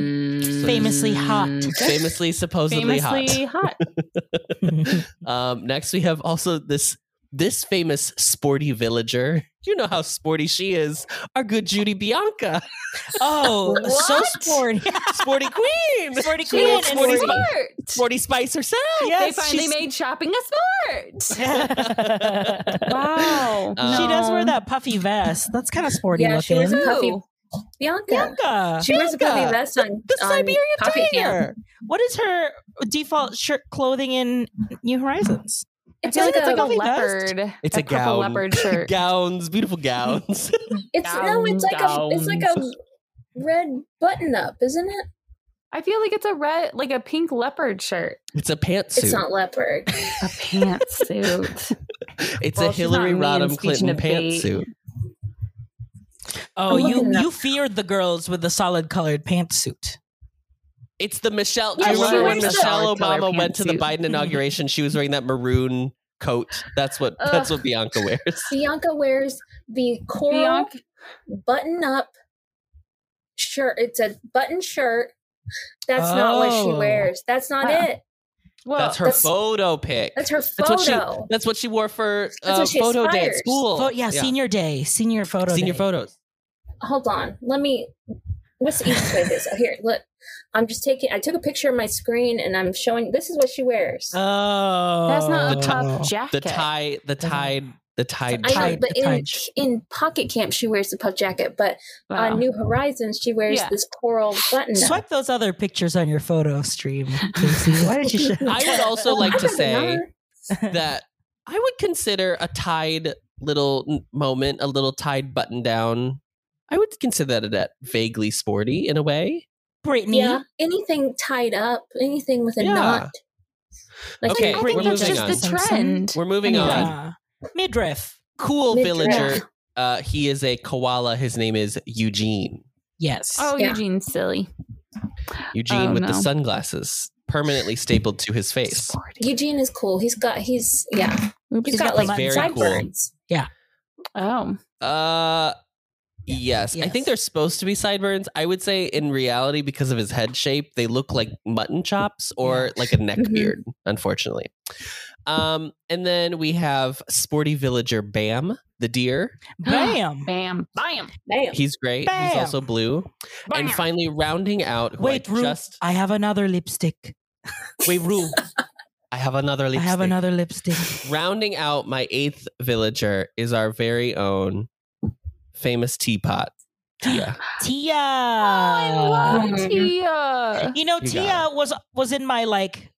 S1: Famously hot.
S4: Famously, supposedly
S2: Famously
S4: hot.
S2: hot.
S4: Um, next, we have also this this famous sporty villager. You know how sporty she is. Our good Judy Bianca,
S1: oh, so
S2: What?
S1: sporty.
S4: sporty queen,
S1: sporty
S2: She
S1: queen.
S2: is
S1: and sporty-
S4: Sporty Spice.
S2: smart.
S4: sporty spice herself.
S1: Yes,
S2: they finally
S1: she's-
S2: made shopping a sport. Wow.
S4: Um,
S1: She does wear that puffy vest. That's kind of sporty
S3: Yeah, she
S1: looking. Uh,
S3: wears a puffy
S2: Ooh.
S3: Bianca.
S1: Bianca.
S3: She wears a puffy
S1: Bianca,
S3: vest on,
S1: The
S3: on
S1: Siberian
S3: Pocket Camp.
S1: tiger. What is her default shirt clothing in New Horizons?
S2: I
S3: It's
S2: feel like
S3: like
S2: it's like
S3: a
S2: a
S1: puffy vest.
S2: leopard.
S4: It's a
S2: purple
S4: gown.
S2: leopard shirt.
S4: Gowns, beautiful gowns.
S3: It's no, it's like a it's like a red button up, isn't it?
S2: I feel like it's a red, like a pink leopard shirt.
S4: It's a pantsuit.
S3: It's not leopard.
S2: A pantsuit. Well,
S4: It's a
S2: she's not
S4: Hillary
S2: mean
S4: Rodham
S2: speech
S4: Clinton
S2: and debate.
S4: pantsuit.
S1: Oh,
S3: I'm
S1: you
S3: looking it up.
S1: you feared the girls with the solid colored pantsuit.
S4: It's the Michelle.
S3: Yeah,
S4: do you
S3: she
S4: remember when
S3: wears the
S4: Michelle
S2: solid-color
S4: Obama went to the
S2: pantsuit.
S4: Biden inauguration? She was wearing that maroon coat. That's what. That's what Bianca wears.
S3: Bianca wears the coral
S2: Bianca-
S3: button up shirt. It's a button shirt. That's not what she
S1: Oh.
S3: wears. That's not
S2: Uh,
S3: it.
S2: Well,
S4: that's her
S3: that's-
S4: photo pic.
S3: That's her
S4: That's
S3: photo.
S4: what she. That's what she wore for
S3: That's
S4: uh,
S3: what she
S4: photo day at
S3: aspires.
S4: school.
S1: Pho- yeah,
S4: Oh, Yeah.
S1: senior day, senior photo.
S4: Senior
S1: day.
S4: photos.
S3: Hold on. Let me. What's the easiest way to do this? Oh, here, look. I'm just taking. I took a picture of my screen and I'm showing. This is what she wears.
S4: Uh,
S1: Oh,
S2: that's not
S4: The
S2: a
S4: ti-
S2: top jacket.
S4: The tie. The
S1: Doesn't-
S4: tied. The tied.
S3: I know,
S1: tied-
S3: but
S1: the
S3: in
S1: tied sh-
S3: in Pocket Camp, she wears the puff jacket. But
S2: Wow.
S3: on New Horizons, she wears
S2: Yeah.
S3: this coral button. up.
S1: Swipe those other pictures on your photo stream, Casey. Why did you? Show-
S4: I would also
S3: Oh,
S4: like
S3: I
S4: to
S3: don't
S4: say
S3: know.
S4: that I would consider a tied little n- moment, a little tied button down. I would consider that that vaguely sporty in a way.
S1: Brittany.
S3: yeah, anything tied up, anything with a
S4: Yeah.
S3: knot. Like
S4: Okay,
S2: I
S3: I
S4: we're
S2: think
S3: think
S2: that's
S4: moving
S2: just
S4: on.
S2: the trend.
S4: We're moving on.
S1: Yeah. Midriff.
S4: Cool
S3: Mid-drill.
S4: villager. Uh, he is a koala. His name is Eugene.
S1: Yes.
S2: Oh,
S3: Yeah.
S2: Eugene's silly.
S4: Eugene
S2: Oh,
S4: with the
S2: no.
S4: sunglasses permanently stapled to his face.
S2: Sporty.
S3: Eugene is cool. He's got he's yeah.
S2: Oops.
S3: He's
S1: He's
S3: got
S1: got
S3: like
S1: the
S4: very
S3: sideburns.
S2: Oh,
S4: Uh yes. I think
S1: Yes.
S4: they're supposed to be sideburns. I would say in reality, because of his head shape, they look like mutton chops or like a neck
S1: Mm-hmm.
S3: Mhm.
S4: beard, unfortunately. Um, and then we have sporty villager Bam, the deer.
S1: Bam.
S2: bam, bam,
S3: Bam.
S4: He's great. He's
S1: Bam.
S4: also blue.
S2: bam.
S4: And finally rounding out who
S1: Wait,
S4: I
S1: Rue.
S4: just
S1: I have another lipstick.
S4: wait, Rue. I have another
S1: I
S4: lipstick.
S1: have another lipstick.
S4: rounding out my eighth villager is our very own famous teapot. Yeah.
S1: Tia.
S2: oh, I love
S3: Um,
S2: Tia.
S1: You know,
S4: You
S1: Tia
S4: got
S1: was was in my like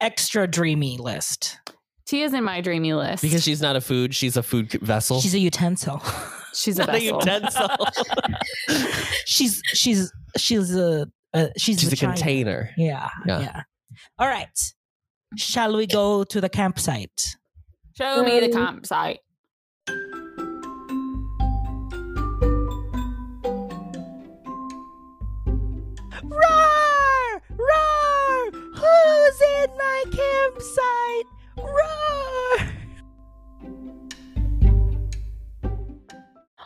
S1: extra dreamy list.
S2: Tia's in my dreamy list
S4: Because she's not a food, she's a food vessel.
S1: She's a utensil.
S2: she's a
S4: not a
S2: vessel.
S4: utensil.
S1: she's she's she's a uh, she's
S4: she's a
S1: vagina.
S4: container.
S1: Yeah,
S4: Yeah.
S1: yeah. All right. Shall we go to the campsite?
S2: Show me the
S3: Um,
S2: comp site.
S1: Roar! Roar! Who's in my campsite? Roar!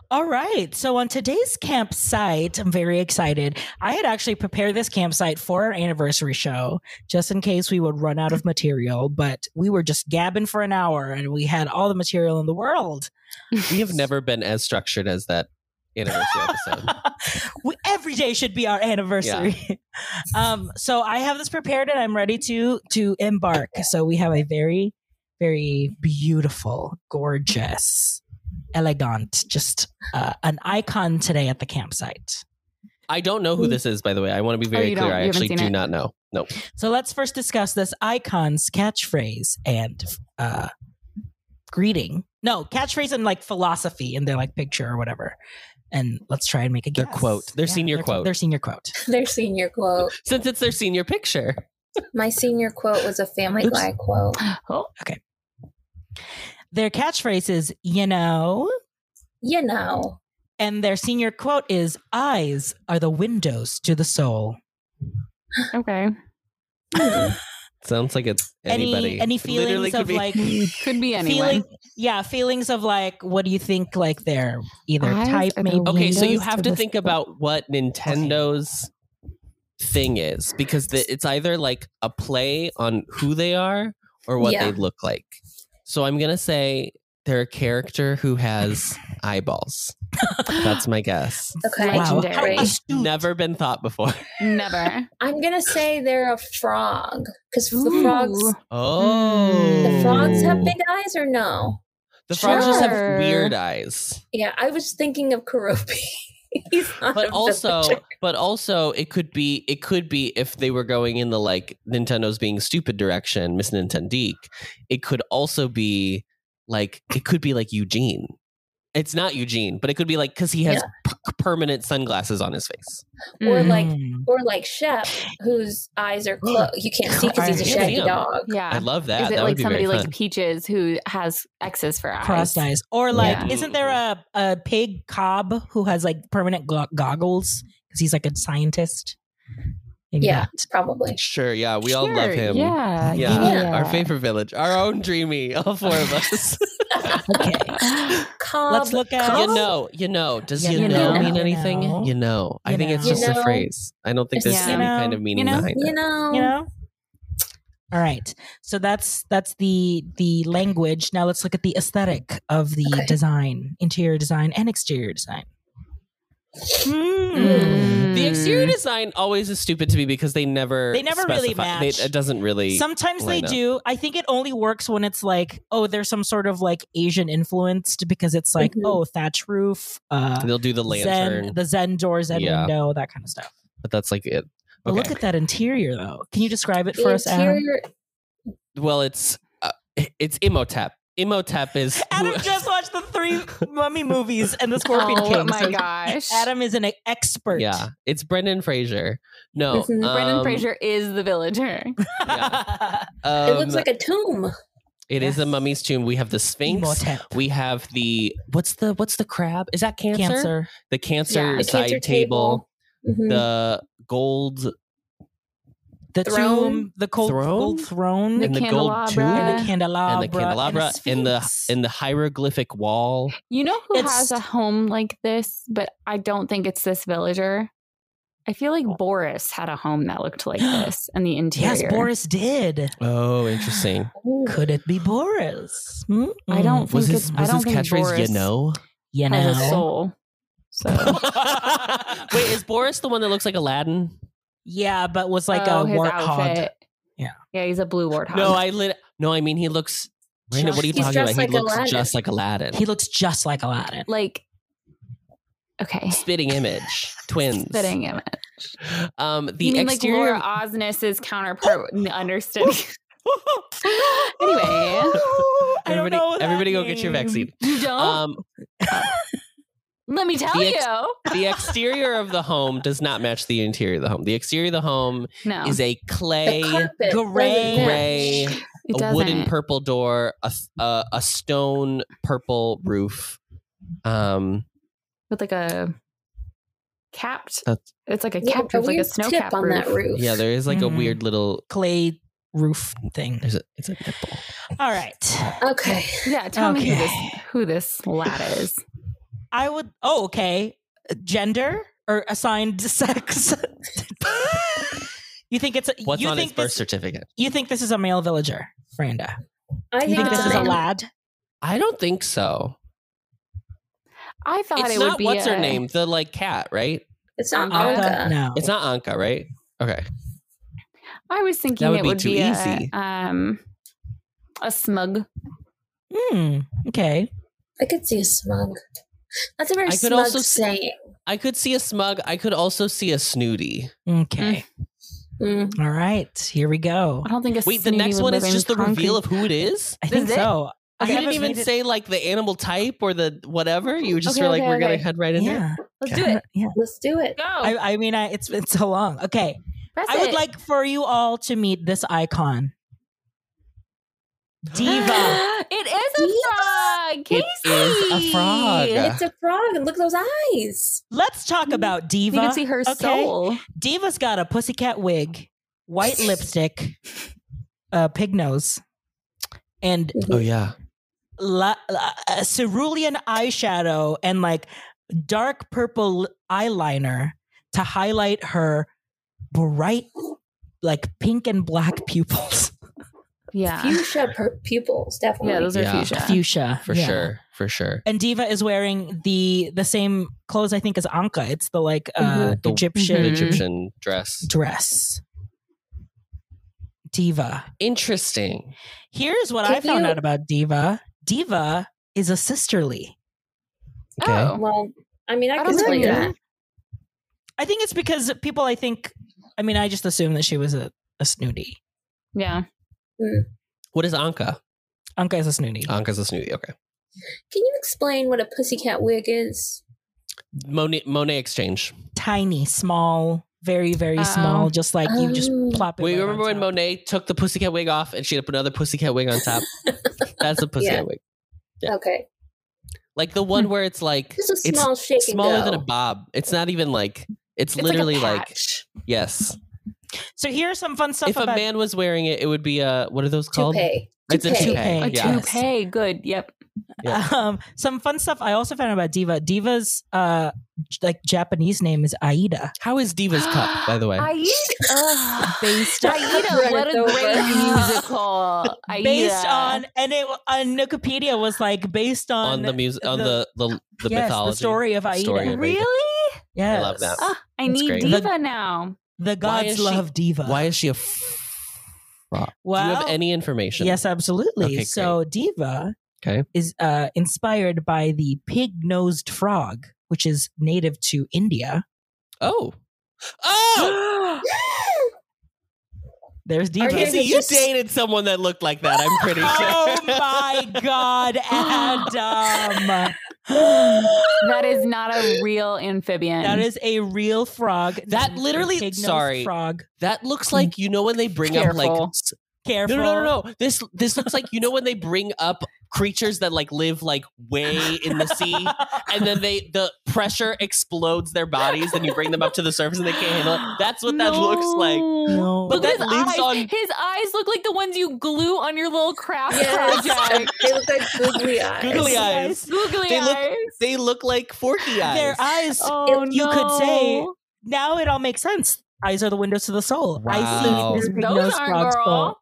S1: All right. So on today's campsite, I'm very excited. I had actually prepared this campsite for our anniversary show just in case we would run out of material, but we were just gabbing for an hour and we had all the material in the world.
S4: We have never been as structured as that anniversary episode.
S1: we, every day should be our anniversary. um, so I have this prepared and I'm ready to to embark. So we have a very, very beautiful, gorgeous, elegant, just uh, an icon today at the campsite.
S4: I don't know who this is, by the way. I want to be very
S2: you
S4: clear.
S2: don't.
S4: I
S2: You haven't
S4: actually
S2: seen
S4: do
S2: it?
S4: not know. Nope.
S1: So let's first discuss this icon's catchphrase and uh, greeting. No, catchphrase and like philosophy in their like picture or whatever. And let's try and make a
S4: Their
S1: guess.
S4: quote. Their senior quote.
S1: Their senior quote.
S3: Their senior quote.
S4: Since it's their senior picture.
S3: My senior quote was a Family
S1: Oops.
S3: Guy quote.
S2: Oh,
S1: Their catchphrase is, you know,
S3: You know,
S1: And their senior quote is Eyes are the windows to the soul.
S2: okay.
S4: Sounds like it's
S1: Any-
S4: anybody.
S1: any
S4: It literally
S1: feelings
S4: could
S1: of, like,
S2: Could be anyone.
S1: Feeling, yeah, feelings of like, what do you think? Like they're either
S2: Eyes
S1: type,
S2: are the
S1: maybe.
S4: Okay, so you
S2: Windows
S4: have
S2: to
S4: to
S2: the
S4: think
S2: sky.
S4: about what Nintendo's thing is because the, it's either like a play on who they are or what
S3: Yeah.
S4: they look like. So I'm going to say they're a character who has eyeballs. That's my guess.
S3: okay.
S2: Wow.
S1: How
S2: Legendary.
S1: astute.
S4: Never been thought before.
S2: Never.
S3: I'm gonna say they're a frog because the
S2: Ooh.
S3: frogs,
S4: Oh.
S3: the frogs have
S4: Ooh.
S3: big eyes or no?
S4: The frogs just have
S2: Sure.
S4: weird eyes.
S3: Yeah, I was thinking of Karopi. He's not
S4: but
S3: a
S4: also
S3: villager.
S4: but also it could be it could be if they were going in the like nintendo's being stupid direction miss nintendique it could also be like it could be like eugene it's not eugene but it could be like because he has p- permanent sunglasses on his face
S3: Or
S2: Mm.
S3: like-
S1: Mm.
S3: or like Shep, whose eyes are closed. You can't see because he's a
S1: I
S3: shaggy
S4: am.
S3: dog.
S4: i
S2: yeah.
S4: love that
S2: Ah, Is it
S4: that would
S2: like
S4: be very
S2: somebody like
S4: fun
S2: Peaches who has X's for eyes?
S1: crossed eyes or like
S4: Yeah.
S1: isn't there a, a pig cob who has like permanent glo- goggles because he's like a scientist Maybe
S3: Yeah,
S1: that.
S3: probably.
S4: sure yeah we all
S2: Sure,
S4: love him
S2: Yeah.
S4: Yeah,
S2: yeah.
S4: our favorite village, our own dreamy, all four of us.
S1: okay
S3: Cobb,
S1: let's look at
S4: you know, you know. Does
S1: Yeah,
S4: you,
S2: you
S4: know,
S2: know.
S4: mean
S1: You
S4: anything?
S1: know.
S4: You know. I
S1: You
S4: think it's
S1: know.
S4: just
S3: You
S4: a
S3: know.
S4: phrase. I don't think there's
S3: Yeah.
S4: any
S1: You
S4: kind of
S1: know.
S4: meaning
S2: You know.
S4: behind
S3: you
S4: it.
S3: know,
S1: you know all right so that's that's the the language now let's look at the aesthetic of the
S3: Okay.
S1: design interior design and exterior design Hmm.
S2: Mm.
S4: The exterior design always is stupid to me because they never
S1: They never really
S4: specify-
S1: match.
S4: They, it doesn't really.
S1: Sometimes they
S4: line up.
S1: do. I think it only works when it's like, oh, there's some sort of like Asian influenced because it's like,
S3: Mhm.
S1: oh, thatch roof, uh,
S4: they'll do the lantern,
S1: Zen, the Zen door, Zen
S4: Yeah.
S1: window, that kind of stuff.
S4: but that's like it.
S1: But
S4: Okay.
S1: look at that interior, though. Can you describe it
S3: the
S1: for
S4: uh,
S1: us, Adam?
S3: interior-
S4: well, it's uh, it's Imhotep. Imhotep is.
S1: Adam just watched the three mummy movies and the Scorpion
S2: Oh
S1: King.
S2: my
S1: so
S2: gosh.
S1: Adam is an expert.
S4: yeah, it's Brendan Fraser. No,
S3: Mhm.
S2: Brendan
S4: um,
S2: Fraser is the villager.
S4: Um,
S3: it looks like a tomb.
S4: it is a
S1: Yes.
S4: mummy's tomb. We have the Sphinx.
S1: Imhotep.
S4: We have the what's the what's the crab? Is that cancer?
S1: Cancer.
S4: The cancer
S2: Yeah. The
S4: side
S3: cancer
S4: table,
S3: table. Mhm.
S4: the gold
S1: The
S3: Throne?
S1: tomb, the cold,
S4: Throne?
S1: gold throne,
S2: The
S4: and the gold
S2: candelabra.
S4: tomb
S1: and
S4: and
S1: the
S2: Yeah.
S1: candelabra,
S4: the candelabra and the
S1: sphinx.
S4: and the hieroglyphic wall.
S2: You know who
S1: It's-
S2: has a home like this, but I don't think it's this villager. I feel like Boris had a home that looked like this in the interior.
S1: yes, Boris did.
S4: Oh, interesting.
S3: Ooh.
S1: Could it be Boris? Hmm?
S2: I don't
S4: mm. Was
S2: think
S4: his
S2: it's,
S4: was
S2: I don't
S4: his
S2: think
S4: catchphrase?
S2: Boris
S4: You know.
S1: You
S2: has
S1: know.
S2: a soul. So
S4: Wait, is Boris the one that looks like Aladdin?
S1: Yeah, but was like
S2: Oh,
S1: a
S2: his
S1: warthog.
S2: outfit.
S1: Yeah.
S2: Yeah, he's a blue warthog.
S4: uh, No, I lit. No, I mean he looks. Miranda, what are you
S3: He's
S4: talking
S3: dressed
S4: about?
S3: like
S4: he looks
S3: Aladdin.
S4: just like Aladdin.
S1: He looks just like Aladdin.
S2: like okay.
S4: Spitting image, twins.
S2: Spitting image.
S4: Um, the
S2: you mean
S4: exterior.
S2: like Laura Osnes's counterpart understudy? anyway,
S1: I don't
S4: everybody,
S1: know that
S4: everybody, go get your
S1: name.
S4: vaccine.
S2: you don't.
S4: Um,
S2: Let me tell
S4: the ex-
S2: you.
S4: the exterior of the home does not match the interior of the home. The exterior of the home
S2: No,
S4: is a clay,
S3: the
S1: gray-
S3: carpet doesn't
S4: gray,
S3: match.
S2: it
S4: a wooden
S2: doesn't.
S4: purple door, a, th- a a stone purple roof. Um,
S2: with like a capped.
S4: That's-
S2: It's like a
S3: Yeah,
S2: capped
S3: a
S2: roof, like a
S3: weird
S2: snow
S3: tip
S2: cap
S3: on
S2: roof.
S3: that roof.
S4: yeah, there is like
S2: Mm-hmm.
S1: Mhm.
S4: a weird little.
S1: clay roof thing.
S4: There's a it's a nipple.
S1: All right.
S3: Okay.
S2: Yeah, tell me who
S1: Okay.
S2: this who this lad is.
S1: I would Oh, okay. Gender or assigned sex? you think it's a,
S4: What's
S1: you
S4: on his
S1: think
S4: birth
S1: this,
S4: certificate?
S1: you think this is a male villager, Franda?
S3: I
S1: You think
S3: it's
S1: this is a
S3: male.
S1: lad?
S4: I don't think so.
S2: I thought
S4: it's
S2: it would
S4: not
S2: be
S4: what's her
S2: a-
S4: name, the like cat, right?
S3: It's not
S2: Anka?
S3: Anka.
S1: Uh, No.
S4: It's not Anka, right? Okay,
S2: I was thinking
S4: would
S2: it
S4: be
S2: would
S4: too
S2: be
S4: easy.
S2: a um a smug.
S1: Hmm. Okay.
S3: I could see a smug. That's a very
S4: I could
S3: smug
S4: also see-
S3: saying.
S4: I could see a smug. I could also see a snooty.
S1: Okay.
S3: Mm.
S1: All right. Here we go.
S2: I don't think a
S4: Wait, the
S2: snooty
S4: next
S2: would
S4: one
S2: live
S4: is
S2: in
S4: just the
S2: concrete.
S4: reveal of who it is.
S1: I think
S2: Is it?
S1: so. I
S4: you didn't
S1: haven't
S4: even
S1: made it-
S4: say like the animal type or the whatever. You just
S2: Okay,
S4: were like,
S2: okay,
S4: we're gonna
S2: okay.
S4: head right in there.
S1: Yeah.
S2: Let's do it.
S1: Yeah.
S3: Let's do it.
S2: Go.
S1: I, I mean, I, it's been so long. Okay.
S2: Press
S1: I would
S2: it.
S1: like for you all to meet this icon. Diva.
S2: it is a frog. Casey.
S4: It is a frog.
S3: It's a frog, and look at those eyes.
S1: Let's talk about
S2: You
S1: Diva.
S2: can see her
S1: okay?
S2: soul.
S1: Diva's got a pussycat wig, white lipstick, a pig nose, and
S4: Oh yeah.
S1: la, la, a cerulean eyeshadow and like dark purple eyeliner to highlight her bright, like pink and black pupils.
S2: Yeah.
S3: Fuchsia per- pupils, definitely.
S2: Yeah, those are
S4: Yeah.
S2: fuchsia.
S1: Fuchsia,
S4: For
S1: yeah.
S4: sure. For sure.
S1: And Diva is wearing the the same clothes I think as Anka. It's the like uh,
S4: The-
S1: Egyptian
S4: The
S2: Mhm.
S4: Egyptian dress.
S1: dress. Diva.
S4: Interesting.
S1: Here's what I
S3: Did
S1: found
S3: you-
S1: out about Diva. Diva is a sisterly.
S2: Oh.
S3: Well, I mean, I,
S2: I
S3: can
S4: Oh,
S2: don't
S3: tell
S2: think
S3: you that.
S1: I think it's because people, I think, I mean, I just assume that she was a, a snooty.
S2: Yeah.
S4: What is Anka?
S1: Anka is a snooty.
S4: Anka's a snooty. Okay.
S3: Can you explain what a pussycat wig is?
S4: Monet, Monet Exchange.
S1: Tiny, small, very, very
S2: Uh-oh.
S1: small, just like you just
S3: Oh.
S1: plop it.
S4: We
S1: right
S4: remember
S1: on
S4: when
S1: top.
S4: Monet took the pussycat wig off and she had to put another pussycat wig on top. That's a pussycat
S3: Yeah.
S4: wig.
S3: Okay.
S4: Like the one where it's like
S3: Just a
S4: it's
S3: small shake and
S4: smaller
S3: go.
S4: than a bob. It's not even like it's,
S2: It's
S4: literally
S2: like, a
S4: like,
S2: patch.
S4: yes.
S1: So here's some fun stuff
S4: if a
S1: about
S4: man was wearing it, it would be a what are those called?
S3: toupee.
S4: It's a
S3: Toupee.
S4: toupee.
S2: a
S1: Like,
S4: yeah.
S1: yes.
S2: toupee. Good. Yep.
S4: Yeah.
S1: um, some fun stuff. I also found out about Diva. Diva's uh, j- like Japanese name is Aida.
S4: How is Diva's cup, by the way?
S2: Aida. Ugh.
S1: Based
S2: Aida, what a great
S3: Renatova.
S2: musical. Aida.
S1: based on and it on Wikipedia was like based on,
S4: on the music on the the, the,
S1: yes,
S4: mythology.
S1: the story of Aida.
S4: story of-
S2: Really?
S1: Yes.
S4: I love that.
S2: Oh, I
S4: That's
S2: need
S4: great.
S2: Diva now.
S1: The
S4: Why
S1: gods
S4: is she-
S1: love Diva.
S4: Why is she a f- rock? Do you have
S1: Well,
S4: any information?
S1: Yes, absolutely.
S4: Okay,
S1: so Diva
S4: Okay.
S1: is uh, inspired by the pig-nosed frog, which is native to India.
S4: Oh. Oh,
S1: There's Diva.
S3: you
S4: Casey,
S3: guys
S4: you
S3: just-
S4: dated someone that looked like that. I'm pretty sure.
S1: Oh my God, Adam!
S2: That is not a real amphibian.
S1: that is a real frog.
S4: That
S1: named
S4: literally-
S1: pig-nosed
S4: sorry.
S1: frog.
S4: That looks like you know when they bring up like
S2: Careful.
S4: s-
S1: Mm. Careful.
S4: no, no no no no this this looks like you know when they bring up creatures that like live like way in the sea and then they the pressure explodes their bodies and you bring them up to the surface and they can't handle it. That's what that looks like.
S1: No.
S4: But
S2: Look at
S4: that
S2: his
S4: lives
S2: eyes.
S4: on-
S2: His eyes look like the ones you glue on your little craft
S3: Yes.
S2: project.
S3: they look like googly eyes.
S4: Googly eyes.
S2: Googly
S4: They look-
S2: eyes.
S4: They look like forky eyes.
S1: Their eyes.
S2: oh,
S1: you could say-
S2: no.
S1: Now it all makes sense. Eyes are the windows to the soul.
S4: Wow.
S1: I see this big
S2: Those
S1: nose
S2: aren't
S1: frog's soul.
S2: girl.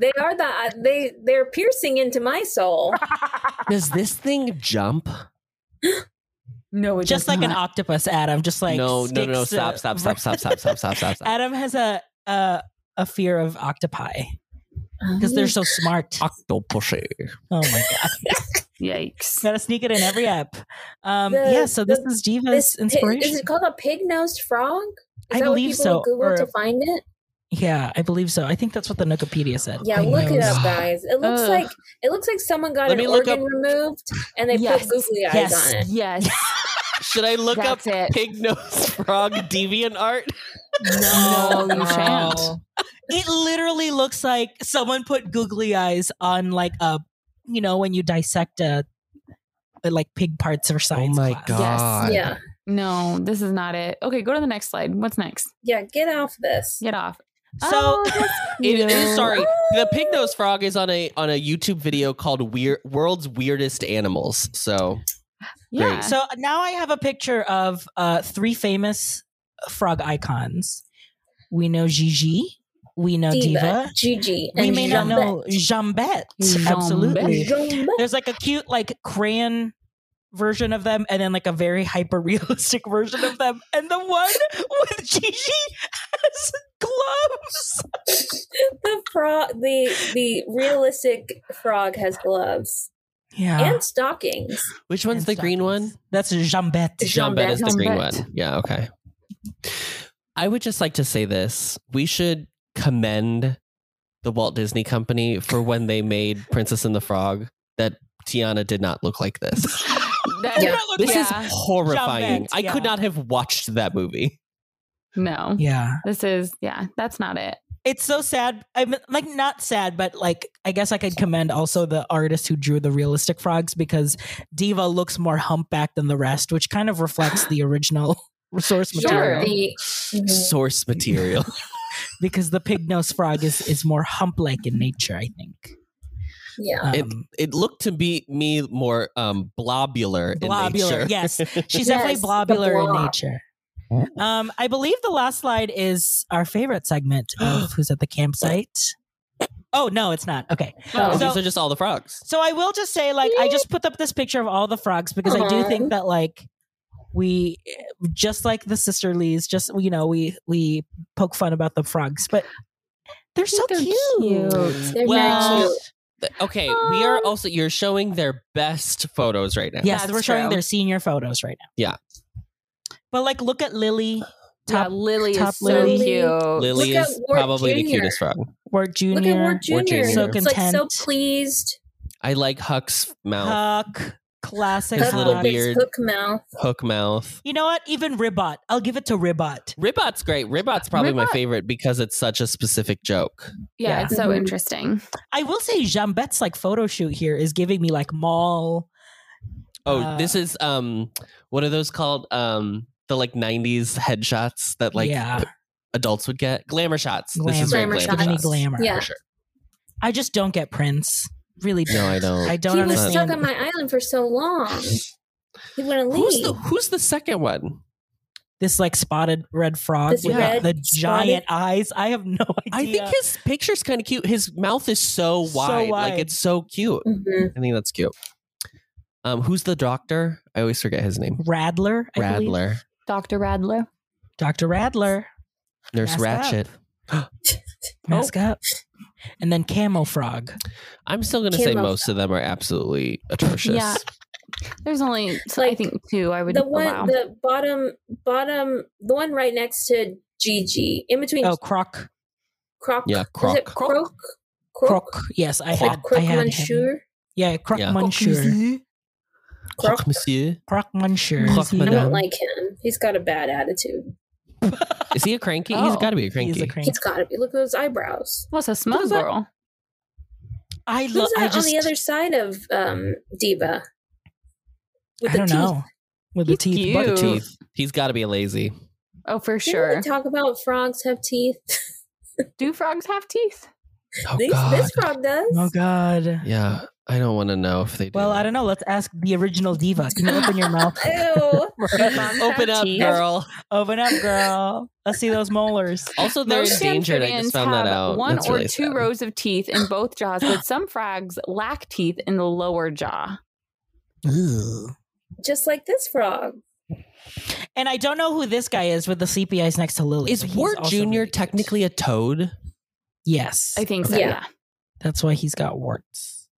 S3: They are the uh, they they're piercing into my soul.
S4: Does this thing jump?
S2: No, it
S1: Just
S2: does
S1: like an
S2: not.
S1: octopus, Adam. Just like
S4: no, no, no, no.
S1: sticks, uh,
S4: Stop, stop, stop, stop, stop, stop, stop, stop, stop.
S1: Adam has a a, a fear of octopi because they're so
S3: Oh.
S1: smart.
S4: Octopus.
S1: Oh my god!
S2: Yikes.
S1: Gotta sneak it in every app. Um,
S3: The-
S1: yeah. So this
S3: the-
S1: is Diva's
S3: This pig-
S1: inspiration.
S3: is it called a pig-nosed frog? Is
S1: I
S3: that what
S1: believe
S3: people
S1: so,
S3: Google
S1: or-
S3: to find it.
S1: yeah, I believe so. I think that's what the Wikipedia said.
S3: Yeah,
S1: Who
S3: look it
S1: knows?
S3: up, guys. It looks
S2: Ugh.
S3: like it looks like someone got
S4: Let me
S3: an
S4: look
S3: organ removed and they
S2: Yes.
S3: put googly eyes
S1: Yes.
S3: on it.
S2: Yes.
S4: Should I look up
S2: that's it.
S4: pig nosed frog deviant art?
S1: No,
S2: No, you shan't.
S1: It literally looks like someone put googly eyes on like a, you know, when you dissect a, a, like pig parts or science. class.
S2: God.
S3: Yeah,
S2: No, this is not it. Okay, go to the next slide. What's next?
S3: yeah. Get off this.
S2: Get off. Oh,
S1: So
S4: It is sorry. The pig nosed frog is on a on a YouTube video called Weird World's Weirdest Animals. So
S2: Yeah.
S1: So now I have a picture of uh, three famous frog icons. We know Gigi. We know Diva.
S3: Diva, Gigi,
S1: We
S3: and
S1: may not know Jambette.
S2: Jambette.
S1: Absolutely.
S3: Jean-
S1: There's like a cute like crayon version of them and then like a very hyper realistic version of them. And the one with Gigi has gloves.
S3: the frog, the the realistic frog has gloves
S1: Yeah.
S3: and stockings.
S4: which one's
S1: And
S4: the green
S1: stockings.
S4: one?
S1: That's Jambette.
S4: Jambette is the green
S2: Jambette.
S4: one. Yeah, okay. I would just like to say this. We should commend the Walt Disney Company for when they made Princess and the Frog that Tiana did not look like this.
S2: That-
S3: Yeah.
S4: This
S2: Yeah.
S4: is horrifying.
S1: Jambette,
S4: I could
S1: yeah.
S4: not have watched that movie.
S2: no.
S1: Yeah.
S2: This is yeah, that's not it.
S1: It's so sad. I'm like not sad, but like I guess I could commend also the artist who drew the realistic frogs because Diva looks more humpback than the rest, which kind of reflects the original source
S2: Sure.
S1: material.
S3: The Mm-hmm.
S4: Source material.
S1: Because the pig nose frog is is more hump like in nature, I think.
S3: yeah,
S1: Um,
S4: it looked to be me more um blobular.
S1: blobular.
S4: In nature.
S1: Yes, she's
S3: Yes,
S1: definitely
S3: the
S1: blobular in
S3: blob.
S1: nature. Um, I believe the last slide is our favorite segment of who's at the campsite. Oh no, it's not. Okay,
S4: Oh,
S1: So-
S4: these are just all the frogs.
S1: so I will just say, like, I just put up this picture of all the frogs because I do
S3: Aw.
S1: think that, like, we just like the sisterlies, just you know, we we poke fun about the frogs, but they're so
S2: They're
S1: cute.
S2: cute.
S3: they're
S4: Well,
S3: not cute.
S4: Th- Okay, we are
S2: Um,
S4: also you're showing their best photos right now.
S1: Yes,
S2: That's
S1: we're showing
S2: true.
S1: their senior photos right now.
S4: Yeah.
S1: But like, look at Lily Top-
S2: yeah, Lily
S1: top
S2: is so
S1: Lily.
S2: cute.
S4: Lily
S3: Oh, Look at
S4: is
S3: Ward
S4: probably the
S3: Jr..
S4: cutest frog.
S1: Ward Jr.
S3: Look at Ward Jr.
S4: Ward Jr.
S1: So
S3: It's like so
S1: content.
S3: pleased.
S4: I like Huck's mouth,
S1: Huck, classic
S4: His
S1: Huck.
S4: little
S3: Hook-
S4: beard.
S3: hook mouth.
S4: hook mouth.
S1: You know what? Even Ribot. I'll give it to Ribot.
S4: Ribot's great. Ribot's probably my
S2: Ribot-
S4: favorite because it's such a specific joke.
S2: Yeah,
S1: Yeah.
S2: it's so
S3: Mhm.
S2: interesting.
S1: I will say Jambette's like photo shoot here is giving me like mall.
S4: Oh,
S1: Uh,
S4: this is um what are those called? Um the like 90s headshots that like
S1: yeah,
S4: adults would get. Glamour shots. This
S1: Glamour.
S4: is very
S3: Glamour
S4: glamour,
S3: shots.
S1: giving me
S4: shots.
S1: glamour.
S3: Yeah.
S4: For sure.
S1: I just don't get Prince. Really,
S4: No, I don't.
S1: I don't
S3: he was
S1: understand.
S3: stuck on my island for so long. He wouldn't
S4: who's
S3: leave.
S4: the who's the second one?
S1: this like spotted red frog
S3: This
S1: with
S3: red
S1: the
S3: spotted-
S1: giant eyes. I have no idea.
S4: I think his picture's kind of cute. His mouth is so
S1: So
S4: wide.
S1: wide.
S4: Like it's so cute.
S3: Mhm.
S4: I think that's cute. Um who's the doctor? I always forget his name.
S1: Radler. I Radler. Believe.
S4: Radler.
S2: Dr. Radlow.
S1: Dr. Radler.
S4: Nurse
S1: Mask
S4: Ratchet.
S3: Oh.
S1: Mask up. And then Camo Frog.
S4: I'm still gonna
S3: Can't
S4: say
S3: love
S4: most of them are absolutely atrocious.
S2: Yeah. There's only I
S3: Like,
S2: think two I would
S1: oh,
S3: The one,
S2: allow.
S3: the bottom, bottom, the one right next to Gigi, in between
S1: Oh, Croc.
S3: Croc.
S4: Yeah,
S3: Was it
S4: Croc.
S3: Croc?
S1: Croc. Yes, I had.
S3: Croc
S1: I had him.
S3: Monsieur.
S1: Yeah, Croc
S4: Yeah.
S1: Monsieur.
S4: Croque
S3: Croc.
S4: Monsieur.
S1: Croc Monsieur.
S4: Croc
S1: You know,
S3: I
S4: Madame.
S3: don't like him. He's got a bad attitude.
S4: Is he a cranky?
S1: Oh,
S4: he's got to be a cranky.
S1: He's a crank.
S3: He's got to be. Look at those eyebrows.
S2: What's a smug
S4: Who's that?
S2: girl?
S1: I love.
S3: Who's
S1: I
S3: that
S1: just.
S3: on the other side of um, Diva?
S1: I don't know. With the
S2: He's
S1: teeth, but
S4: With
S1: the
S4: the
S2: Ew.
S1: teeth.
S4: teeth. He's got to be a lazy.
S2: Oh, for sure.
S3: Sure. talk about frogs have teeth.
S2: Do frogs have teeth?
S4: Oh
S3: These-
S4: God.
S3: this frog does.
S1: Oh God.
S4: yeah, I don't want to know if they. Do.
S1: Well, I don't know. Let's ask the original diva. Can you open your mouth?
S3: Ew.
S2: frogs
S4: Open
S2: have
S4: up,
S2: teeth?
S4: girl.
S1: Open up, girl. Let's see those molars.
S4: Also, they're
S2: Most
S4: endangered. I
S2: amphibians
S4: just found that
S2: have
S4: out.
S2: One
S4: That's
S2: or
S4: really
S2: two
S4: sad.
S2: rows of teeth in both jaws, but some frogs lack teeth in the lower jaw.
S3: Just like this frog.
S1: And I don't know who this guy is with the sleepy eyes next to Lily.
S4: Is
S1: but he's
S4: Ward
S1: also
S4: Jr.
S1: really cute.
S4: technically a toad?
S1: Yes.
S2: I think so.
S3: Yeah.
S2: Yeah.
S1: That's why he's got warts.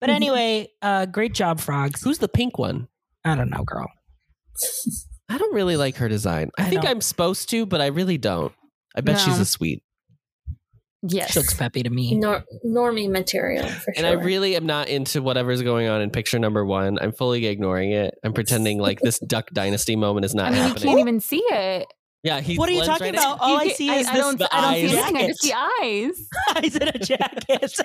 S1: But
S2: Mhm.
S1: anyway, uh, great job, frogs.
S4: Who's the pink one?
S1: I don't know, girl.
S4: I don't really like her design. I,
S1: I
S4: think
S1: don't.
S4: I'm supposed to, but I really don't. I bet
S2: No.
S4: she's a sweet.
S2: Yes.
S1: She looks peppy to me.
S3: Nor- normie material for
S4: And
S3: sure.
S4: I really am not into whatever's going on in picture number one. I'm fully ignoring it. I'm pretending like this Duck Dynasty moment is not
S2: I mean, you
S4: happening.
S2: can't even see it.
S4: yeah, he's
S1: What are you
S4: lens
S1: talking
S4: right
S1: about? All
S2: You
S1: I
S2: can't-
S1: see is
S2: I,
S1: this
S2: don't,
S4: the
S2: I don't
S4: eyes.
S2: see anything. I just see
S1: Jacket.
S2: eyes.
S1: eyes in a jacket.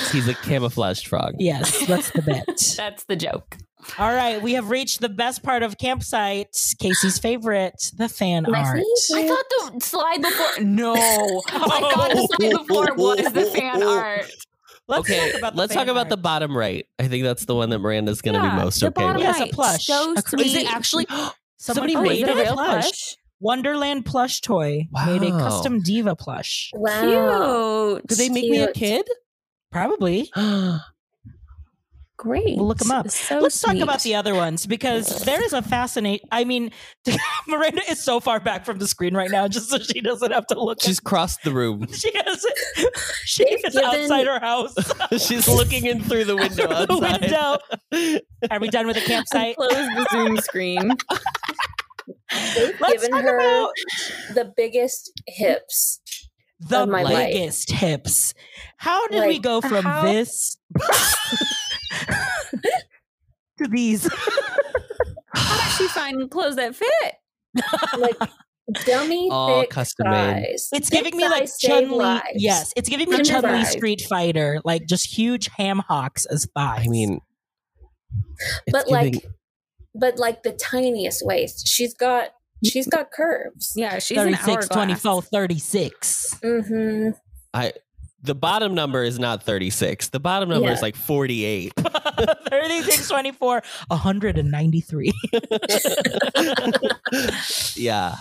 S4: he's a camouflaged frog.
S1: yes, that's the bet.
S2: That's the joke.
S1: All right, we have reached the best part of campsite, Casey's favorite, the fan
S3: My
S1: art.
S3: favorite.
S2: I thought the slide before. No, I thought the slide before was the fan art.
S1: Let's
S4: okay,
S1: talk about the
S4: let's
S1: fan
S4: talk about the
S1: art.
S4: bottom right. I think that's the one that Miranda's going to
S2: Yeah,
S4: be most
S2: the
S4: okay
S2: bottom
S4: with.
S1: Yes, a
S2: right.
S1: plush.
S2: So
S1: A cr-
S2: sweet.
S4: Is it actually?
S1: Someone-
S4: somebody
S1: oh, is it
S4: made it?
S1: a real plush? Wonderland plush toy made a
S4: Wow.
S1: custom diva plush.
S3: wow.
S2: Cute.
S4: Did they make me a
S3: Cute.
S4: kid?
S1: Probably.
S2: Great.
S1: We'll look 'em up.
S2: So
S1: Let's talk
S2: sweet.
S1: about the other ones because there is a fascinate. I mean, Miranda is so far back from the screen right now, just so she doesn't have to look.
S4: She's crossed the room.
S1: at- she has. She
S3: They've
S1: is
S3: given-
S1: outside her house
S4: She's looking in through the window.
S1: through the
S4: outside.
S1: window. Are we done with the
S2: I
S1: campsite?
S2: closed the Zoom screen.
S3: They've
S1: Let's
S3: given
S1: talk
S3: her
S1: about
S3: the biggest hips.
S1: the
S3: of my life.
S1: biggest hips. How did we
S3: Like,
S1: go from
S2: how-
S1: this to these?
S2: How did she find clothes that fit?
S3: Like dummy
S4: All
S3: thick
S4: custom made.
S3: thighs.
S1: It's
S3: Thick
S1: giving me like
S3: thighs save
S1: Chun Li.
S3: lives.
S1: Yes, it's giving me Chun
S3: Chun
S1: Li
S3: Li.
S1: Street Fighter, like just huge ham hocks as thighs.
S4: I mean, it's
S3: But
S4: giving-
S3: like but like the tiniest waist. She's got
S1: Mm-hmm.
S3: she's got curves.
S2: Yeah, she's an
S1: 36,
S2: hourglass.
S1: 24, 36.
S3: Mm-hmm.
S4: the bottom number is not 36. The bottom number
S3: Yeah.
S4: is like 48.
S1: 36, 24, 193.
S4: yeah.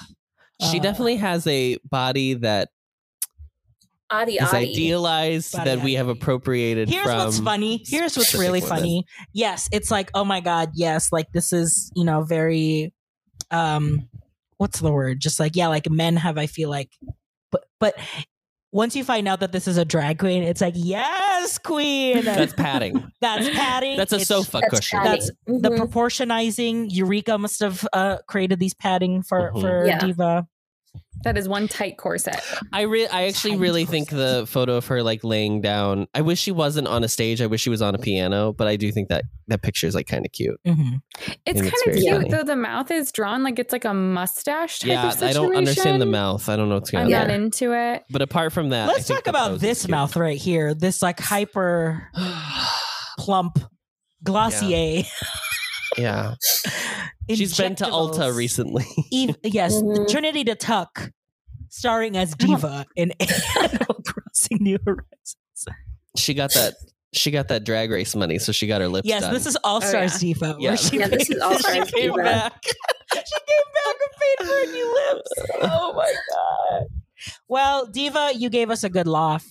S4: She
S1: Uh,
S4: definitely has a body that
S3: Adi
S4: is
S3: Adi.
S4: idealized
S1: Body
S4: that we have
S1: adi.
S4: appropriated
S1: Here's
S4: from.
S1: what's funny. Here's what's
S4: specific
S1: really
S4: women.
S1: funny. Yes, it's like, oh my God, yes, like this is, you know, very um what's the word? Just like, yeah, like men have I feel like but but once you find out that this is a drag queen, it's like, yes, queen.
S4: That's padding.
S1: That's padding.
S4: That's a
S1: It's-
S4: sofa
S3: That's
S4: cushion.
S3: padding.
S1: That's the
S3: Mhm.
S1: proportionizing. Eureka must have uh, created these padding for
S4: Mhm.
S1: for
S3: Yeah.
S1: diva.
S2: That is one tight corset.
S4: I re- I actually
S1: Tiny
S4: really think
S1: corset.
S4: the photo of her like laying down. I wish she wasn't on a stage. I wish she was on a piano. But I do think that that picture is like kind of cute.
S1: Mhm.
S2: It's kind
S4: think it's
S2: of
S4: very
S2: cute
S4: funny.
S2: though. The mouth is drawn like it's like a mustache type
S4: yeah,
S2: of
S4: I
S2: situation.
S4: don't understand the mouth. I don't know what's
S2: I'm
S4: going on
S2: not
S4: there.
S2: into it.
S4: But apart from that,
S1: Let's talk about this mouth right here. This like hyper plump glossier.
S4: yeah, she's been to Ulta
S1: injectables.
S4: recently.
S1: Eve, yes,
S3: Mhm.
S1: Trinity to Tuck, starring as
S2: I don't-
S1: diva in Animal Crossing New Horizons.
S4: she got that. She got that drag race money, so she got her lips
S1: Yes,
S4: done.
S1: this is All
S2: yeah.
S1: Stars Diva.
S4: Yeah.
S1: Where she
S3: Oh, Yeah, this is
S1: painted-
S3: All
S1: she
S3: Stars
S1: came
S3: Diva.
S1: back. she came back and paid for her new lips. Oh my god! Well, Diva, you gave us a good laugh.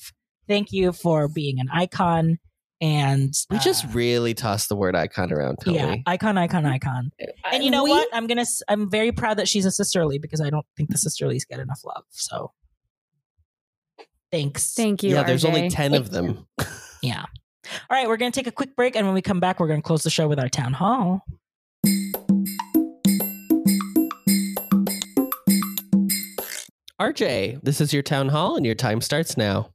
S1: Thank you for being an icon. And
S4: we just
S1: uh,
S4: really tossed the word icon around, Tony.
S1: yeah, icon, icon, icon. And you know what? I'm gonna. s- I'm very proud that she's a sisterly because I don't think the sisterlies get enough love. So, thanks.
S2: Thank you.
S4: yeah, there's only
S2: RJ.
S4: 10 of them.
S1: yeah. All right, we're gonna take a quick break, and when we come back, we're gonna close the show with our town hall.
S4: RJ, this is your town hall, and your time starts now.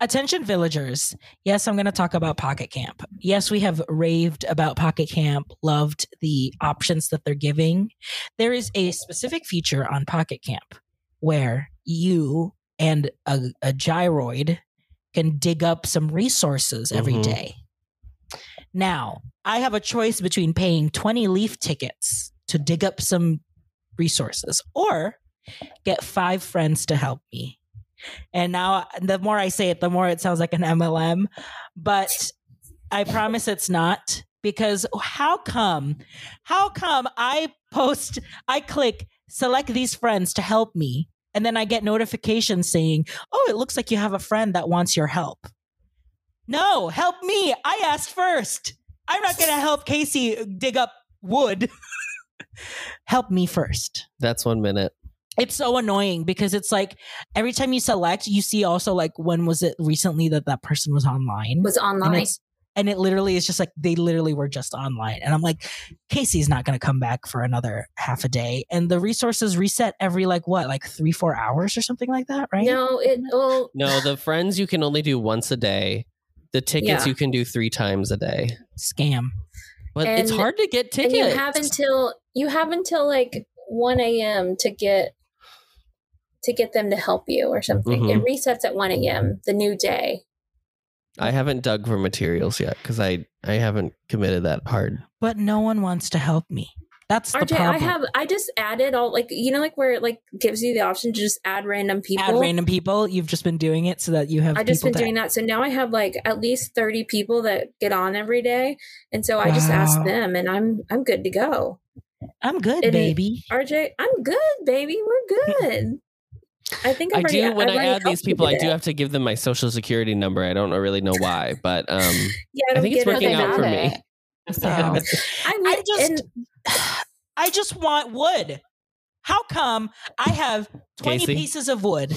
S1: Attention villagers. Yes, I'm going to talk about Pocket Camp. Yes, we have raved about Pocket Camp, loved the options that they're giving. There is a specific feature on Pocket Camp where you and a, a gyroid can dig up some resources every
S4: Mhm.
S1: day. Now, I have a choice between paying 20 leaf tickets to dig up some resources or get five friends to help me. And now the more I say it, the more it sounds like an MLM, but I promise it's not because how come how come I post I click select these friends to help me and then I get notifications saying, "Oh, it looks like you have a friend that wants your help." No, help me. I asked first. I'm not going to help Casey dig up wood. help me first
S4: That's one minute.
S1: it's so annoying because it's like every time you select, you see also like when was it recently that that person was online,
S3: was
S1: and
S3: online?
S1: it's and it literally is just like they literally were just online, and I'm like, Casey's not going to come back for another half a day, and the resources reset every like what like three four hours or something like that, right?
S3: No, it well,
S4: No, the friends you can only do once a day. The
S3: Yeah.
S4: tickets you can do three times a day.
S1: Scam.
S4: But it's
S3: And-
S4: hard to get
S3: and
S4: tickets.
S3: you have until you have until like one a.m. to get to get them to help you or something.
S1: Mm-hmm.
S3: It resets at one a.m. the new day.
S4: I haven't dug for materials yet because I, I haven't committed that hard.
S1: But no one wants to help me. That's the
S3: RJ,
S1: problem.
S3: I have I just added all like you know like where it like gives you the option to just add random people.
S1: Add random people. You've just been doing it so that you have.
S3: I've just been
S1: people to-
S3: doing that. So now I have like at least 30 people that get on every day. And so I just ask
S1: Wow.
S3: them and I'm I'm good to go.
S1: I'm good,
S3: And-
S1: baby.
S3: RJ, I'm good, baby. We're good. I think
S4: I
S3: I've already,
S4: do when
S3: I've
S4: I
S3: already
S4: add these
S3: helped you
S4: people, I
S3: today.
S4: do have to give them my social security number. I don't know- really know why, but um,
S3: Yeah,
S4: I
S3: don't
S4: think
S3: get it.
S4: it's
S2: But
S4: working
S2: they
S4: out
S2: got
S4: for
S2: it.
S4: me.
S1: So-
S3: I mean,
S1: I just,
S3: and
S1: I just want wood. How come I have 20
S4: Casey?
S1: pieces of wood,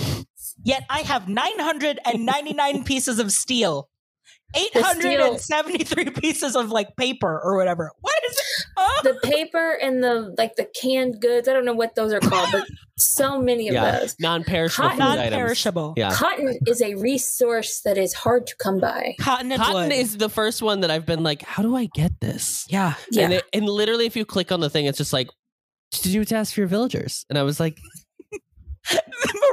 S1: yet I have 999 pieces of steel, 873 pieces of like paper or whatever? What is it? Oh,
S3: the paper and the like the canned goods. I don't know what those are called, but so many of
S4: Yeah,
S3: those.
S4: non-perishable
S3: Cotton-
S4: food
S1: non
S4: items.
S1: perishable.
S4: Yeah.
S3: Cotton is a resource that is hard to come by.
S1: Cotton and
S4: Cotton
S1: wood.
S4: is the first one that I've been like, how do I get this?
S1: yeah.
S3: Yeah.
S4: And, it, and literally, if you click on the thing, it's just like, to do a task for your villagers. And I was like,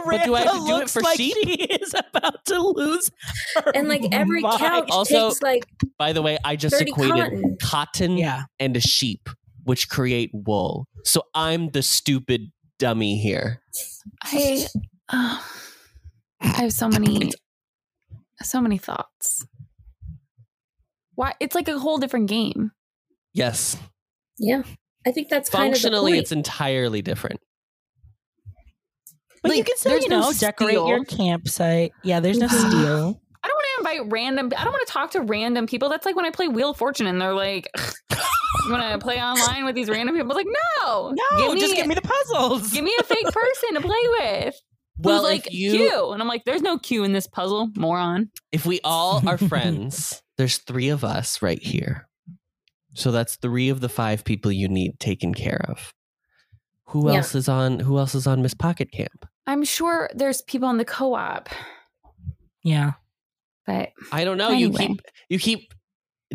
S1: Miranda
S4: do I have to do it
S1: looks
S4: for
S1: like
S4: sheep?
S1: she is about to lose. her
S3: and like every
S1: mind.
S3: couch
S4: Also-
S3: takes like
S4: by the way, I just
S3: 30
S4: equated
S3: cotton.
S4: cotton,
S1: Yeah.
S4: and a sheep, which create wool. So I'm the stupid dummy here.
S2: I, uh, I have so many, so many thoughts. Why? It's like a whole different game.
S4: Yes.
S3: yeah. I think that's kind of the
S4: Functionally,
S3: point.
S4: it's entirely different.
S1: But you
S2: Like,
S1: can still,
S2: there's
S1: you
S2: no
S1: know, decorate
S2: steel.
S1: your campsite. Yeah, there's no steel.
S2: I don't want to invite random. I don't want to talk to random people. That's like when I play Wheel of Fortune and they're like, "You want to play online with these random people?" It's like, no,
S1: No, just give me the puzzles.
S2: give me a fake person to play with.
S4: Well,
S2: who's like
S4: if you
S2: Q, and I'm like, there's no Q in this puzzle, moron.
S4: if we all are friends, there's three of us right here. So that's three of the five people you need taken care of. Who
S3: Yeah.
S4: else is on who else is on Miss Pocket Camp?
S2: I'm sure there's people in the co-op,
S1: Yeah.
S2: but
S4: I don't know.
S2: Anyway.
S4: You keep you keep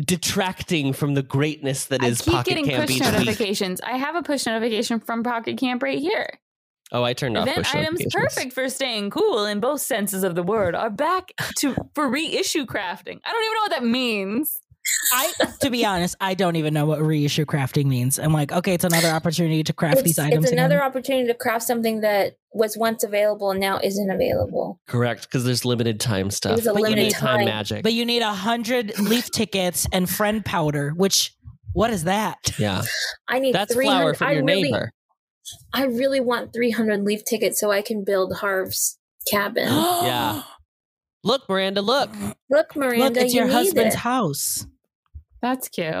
S4: detracting from the greatness that
S2: I
S4: is
S2: keep
S4: Pocket
S2: getting
S4: Camp
S2: push
S4: each week.
S2: notifications. I have a push notification from Pocket Camp right here.
S4: Oh, I turned off
S2: Event
S4: push
S2: items
S4: notifications.
S2: perfect for staying cool in both senses of the word are back to for reissue crafting. I don't even know what that means.
S1: I to be honest, I don't even know what reissue crafting means. I'm like, okay, it's another opportunity to craft these items.
S3: it's
S1: again.
S3: another opportunity to craft something that was once available and now isn't available.
S4: Correct, because there's limited time stuff.
S3: was a
S4: but you
S3: limited
S4: need time,
S3: time.
S4: magic.
S1: but you need a hundred leaf tickets and friend powder, which what is that?
S4: yeah,
S3: I need
S4: that's
S3: three
S4: flower
S3: hundred.
S4: from
S3: I
S4: your
S3: really,
S4: neighbor.
S3: I really want three hundred leaf tickets so I can build Harv's cabin.
S4: Yeah. Look, Miranda, look.
S3: Look, Miranda,
S1: Look, it's
S3: you
S1: your
S3: need
S1: husband's
S3: it.
S1: house.
S2: That's cute.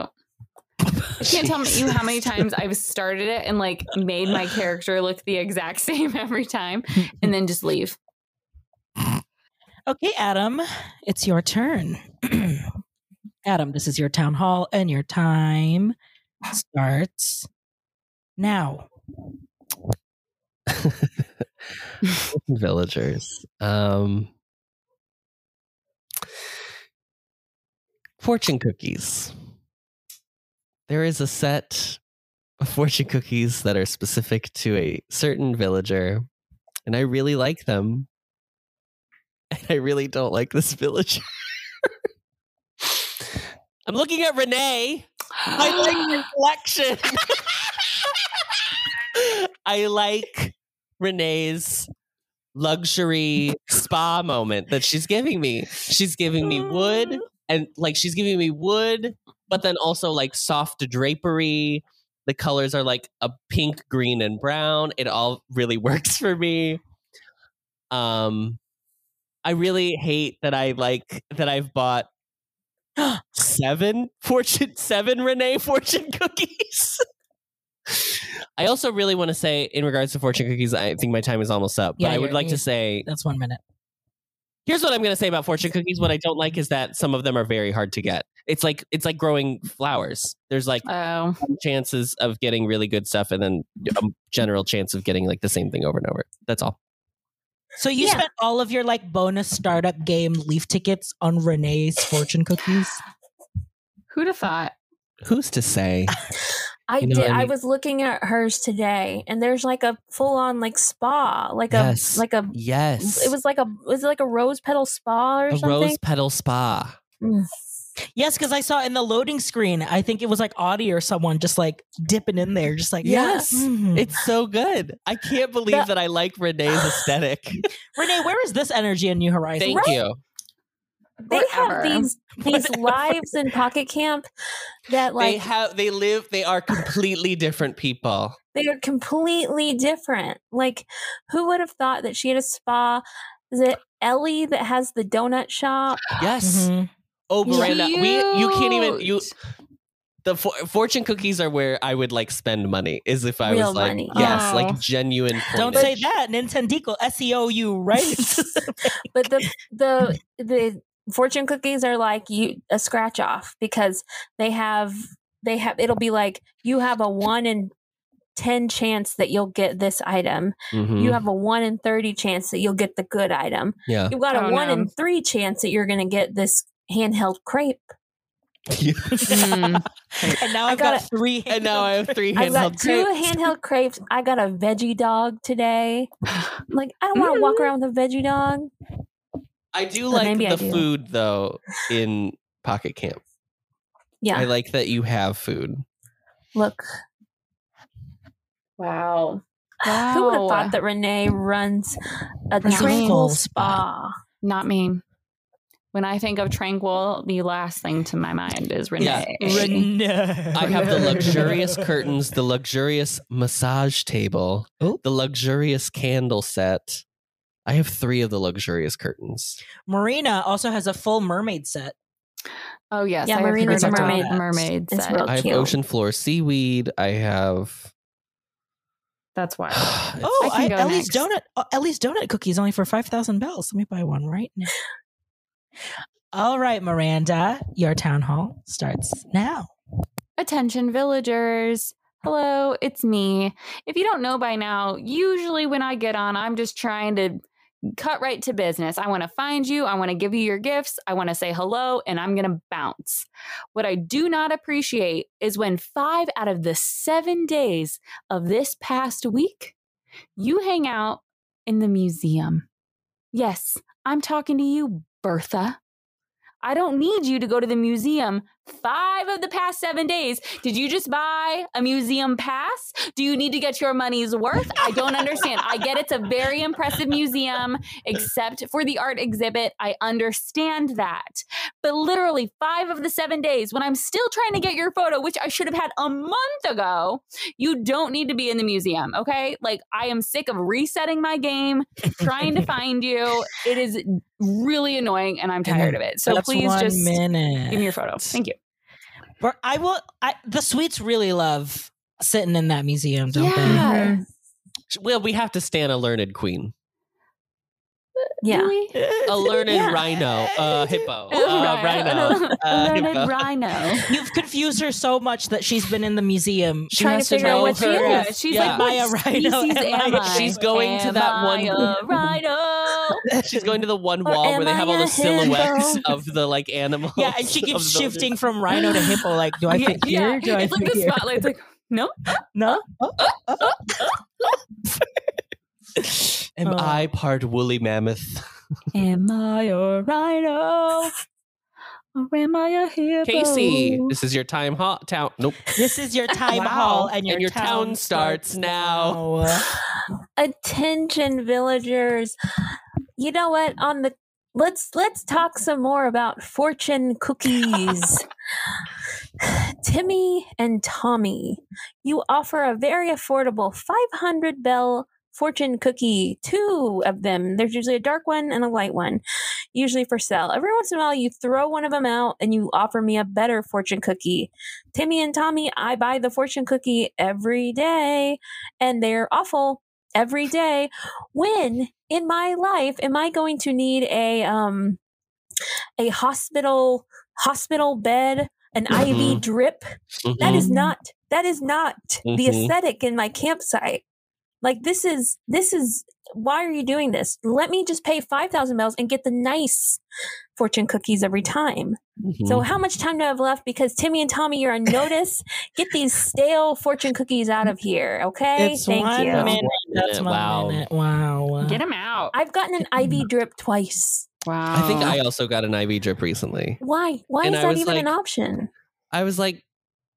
S2: I can't tell you how many times I've started it and like made my character look the exact same every time and then just leave.
S1: Okay, Adam, it's your turn. Adam, this is your town hall, and your time starts now.
S4: villagers. Um, fortune cookies. There is a set of fortune cookies that are specific to a certain villager, and I really like them. And I really don't like this villager. I'm looking at Renee. I like reflection. I like Renee's luxury spa moment that she's giving me. She's giving me wood and like she's giving me wood, but then also like soft drapery. The colors are like a pink, green, and brown. It all really works for me. Um I really hate that I like that I've bought seven fortune seven renee fortune cookies i also really want to say in regards to fortune cookies i think my time is almost up
S1: Yeah,
S4: but i would
S1: you're-
S4: like
S1: you're-
S4: to say
S1: That's one minute.
S4: here's what i'm going to say about fortune cookies what i don't like is that some of them are very hard to get it's like it's like growing flowers there's like
S1: Uh.
S2: Oh,
S4: chances of getting really good stuff and then a general chance of getting like the same thing over and over that's all
S1: So you
S3: Yeah.
S1: spent all of your like bonus startup game leaf tickets on Renee's fortune cookies.
S2: who'd have thought?
S4: who's to say
S3: I
S4: You know,
S3: did.
S4: I
S3: I,
S4: mean-
S3: was looking at hers today, and there's like a full on like spa, like
S4: Yes.
S3: a like a.
S4: yes
S3: It was like a was it like a rose petal spa or
S4: a
S3: something.
S4: rose petal spa
S3: Mm.
S1: Yes, because I saw in the loading screen, I think it was like Audie or someone just like dipping in there, just like, yeah,
S4: Yes.
S1: mhm.
S4: It's so good. I can't believe
S3: The-
S4: that I like Renee's aesthetic.
S1: Renee, where is this energy in New Horizons?
S4: Thank you.
S3: They
S2: Whatever.
S3: have these these
S1: Whatever.
S3: lives in Pocket Camp that
S4: they
S3: like
S4: have they live they are completely different people.
S3: they are completely different. Like, who would have thought that she had a spa? Is it Ellie that has the donut shop?
S4: Yes.
S3: Mm-hmm.
S1: Mhm.
S4: Oh Miranda, we you can't even you
S2: Cute.
S4: the for, fortune cookies are where I would like spend money is if I
S3: Real
S4: was like
S3: money.
S4: yes,
S2: Oh.
S4: like genuine coinage.
S1: Don't say that. Nintendico, S E O U, right?
S3: But the the the fortune cookies are like you a scratch off because they have they have it'll be like you have a one in ten chance that you'll get this item.
S4: Mhm.
S3: You have a one in thirty chance that you'll get the good item.
S4: yeah.
S3: You've got a
S2: Oh,
S3: one
S2: no.
S3: in three chance that you're gonna get this handheld crepe.
S2: Mm.
S1: and now
S3: I
S1: I've got,
S3: gotta-
S1: three.
S4: And now I have three
S3: I
S4: handheld
S3: got two
S4: crepes.
S3: handheld crepes. I got a veggie dog today. Like I don't want to
S2: Mm-hmm.
S3: walk around with a veggie dog.
S4: I do
S3: But
S4: like
S3: maybe
S4: the
S3: I do.
S4: food though in Pocket Camp.
S3: Yeah,
S4: I like that you have food.
S3: look.
S2: wow.
S3: Who would
S2: Wow.
S3: have thought that Renee runs a
S1: Renee.
S3: tranquil
S1: Tranquil
S3: spa?
S2: Not me. When I think of tranquil, the last thing to my mind is Renee.
S1: Renee.
S4: I have the luxurious curtains, the luxurious massage table,
S1: Oh.
S4: the luxurious candle set. I have three of the luxurious curtains.
S1: Marina also has a full mermaid set.
S2: Oh yes,
S3: Yeah,
S2: I have
S3: Marina's
S2: heard
S1: a
S2: about
S1: mermaid.
S2: mermaid
S3: It's
S2: set.
S3: real-
S4: I have
S3: Cute.
S4: ocean floor seaweed. I have
S2: That's why.
S1: Oh,
S2: I can
S1: I
S2: go
S1: Ellie's
S2: next.
S1: donut. uh, Ellie's donut cookie is only for five thousand bells. Let me buy one right now. All right, Miranda, your town hall starts now.
S2: Attention villagers. Hello, it's me. If you don't know by now, usually when I get on, I'm just trying to cut right to business. I want to find you, I want to give you your gifts, I want to say hello, and I'm going to bounce. What I do not appreciate is when 5 out of the 7 days of this past week, you hang out in the museum. Yes, I'm talking to you, Bertha. I don't need you to go to the museum five of the past seven days. Did you just buy a museum pass? Do you need to get your money's worth? I don't understand. I get it's a very impressive museum, except for the art exhibit. I understand that. But literally, five of the seven days when I'm still trying to get your photo, which I should have had a month ago, you don't need to be in the museum, okay? Like, I am sick of resetting my game, trying to find you. It is really annoying and I'm tired of it. So
S1: That's
S2: please
S1: one
S2: just
S1: minute.
S2: give me your photo. Thank you.
S1: Bur- I will. I, the sweets really love sitting in that museum, don't
S5: Mhm.
S4: Well, we have to stand a learned queen,
S3: Yeah.
S1: they?
S4: a learned
S3: Yeah.
S4: rhino, uh, a hippo,
S2: Right.
S1: Uh,
S4: a rhino, a hippo.
S2: Learned rhino.
S1: You've confused her so much that she's been in the museum she
S2: Trying to
S1: has
S2: figure out
S1: know
S2: what she
S1: her.
S2: is. She's
S4: Yeah.
S1: Like
S2: like,
S1: Maya
S2: what
S1: Rhino,
S2: species
S1: am
S2: am
S1: I?
S2: I?
S4: She's going to
S2: Am
S4: that
S2: I
S4: one-
S2: a rhino.
S4: She's going to the one
S3: Or
S4: wall
S3: am
S4: where they have
S3: I
S4: all the
S3: a
S4: silhouettes
S3: hippo?
S4: of the like animals.
S1: Yeah, and she
S4: of
S1: keeps
S4: the-
S1: shifting from rhino to hippo. Like, do I fit here? Do I
S2: it's like
S1: fit
S2: the
S1: here?
S2: spotlight's like, no,
S1: No.
S4: Am I part woolly mammoth?
S2: am I a rhino? Or am I a hippo?
S4: Casey, this is your time hot town. Nope.
S1: This is your time
S2: Wow.
S1: hall, and your,
S4: And your town starts now.
S1: now.
S3: Attention villagers. You know what? On the let's let's talk some more about fortune cookies. Timmy and Tommy, you offer a very affordable 500 bell fortune cookie, two of them. There's usually a dark one and a light one, usually for sale. Every once in a while, you throw one of them out and you offer me a better fortune cookie. Timmy and Tommy, I buy the fortune cookie every day, and they're awful every day. When in my life am I going to need a um a hospital hospital bed, an IV
S4: Mhm.
S3: drip? That is
S1: Mhm.
S3: not that is not the
S4: Mhm.
S3: aesthetic in my campsite. Like this is this is why are you doing this? Let me just pay five thousand bells and get the nice fortune cookies every time.
S4: Mm-hmm.
S3: So how much time do I have left? Because Timmy and Tommy, you're on notice. get these stale fortune cookies out of here, okay?
S1: It's
S3: Thank
S1: one
S3: you.
S1: minute. That's one
S4: wow.
S1: minute. Wow.
S2: Get him out.
S3: I've gotten an IV drip twice.
S2: wow.
S4: I think I also got an IV drip recently.
S3: Why? Why
S4: And
S3: is
S4: I
S3: that
S4: was
S3: even an
S4: like-
S3: option?
S4: I was like,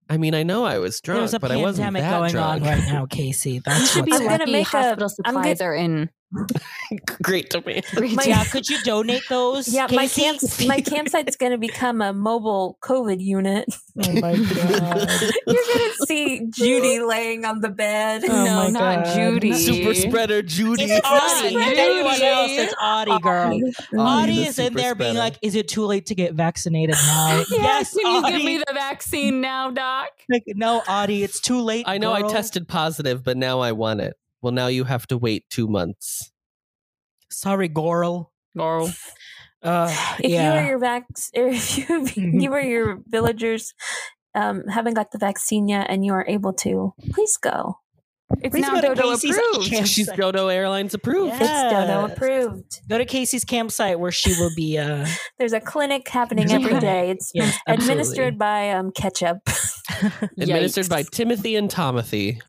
S4: I mean, I know I was drunk,
S1: There's a
S4: but I wasn't
S1: pandemic
S4: that
S1: going
S4: drunk.
S1: on right now, Casey. That's
S3: should be
S1: what's
S3: I'm gonna
S2: Lucky
S3: make a-
S2: hospital
S3: I'm gonna-
S2: supplies are in.
S4: Great to me.
S3: My-
S1: yeah, could you donate those?
S3: Yeah, my
S1: Casey?
S3: camp, my campsite's going to become a mobile COVID unit.
S1: Oh my god.
S3: You're going to see Judy laying on the bed.
S1: Oh
S2: no,
S1: my
S2: not
S1: God.
S2: Judy.
S4: Super spreader Judy.
S1: It's Audie.
S2: not
S1: If anyone
S2: Judy.
S1: else, it's Audie, girl.
S3: Um,
S4: Audie
S1: Audie
S4: the
S1: is in
S4: super
S1: there being
S4: spreader.
S1: like, "Is it too late to get vaccinated now?"
S2: Yeah, Can you
S1: Audie.
S2: give me the vaccine now, Doc?
S1: Like, no, Audie, it's too late.
S4: I know I
S1: girl.
S4: tested positive, but now I want it. Well, now you have to wait two months.
S1: Sorry, girl.
S2: Girl.
S1: Uh,
S3: If you
S1: yeah. Mm-hmm.
S3: or your vax, or if you you or your villagers um, haven't got the vaccine yet, and you are able to, please go.
S2: It's
S1: Please go
S2: now
S1: to
S2: Dodo
S1: Casey's
S2: approved.
S1: camp-
S4: She's Dodo Airlines approved.
S1: Yeah.
S3: It's Dodo
S1: Yes.
S3: approved.
S1: Go to Casey's campsite where she will be. Uh,
S3: There's a clinic happening
S1: There's a
S3: every
S1: clinic.
S3: day. It's
S1: yes,
S3: administered by um, ketchup.
S4: Administered by
S2: Yikes.
S4: Timothy and Timothy.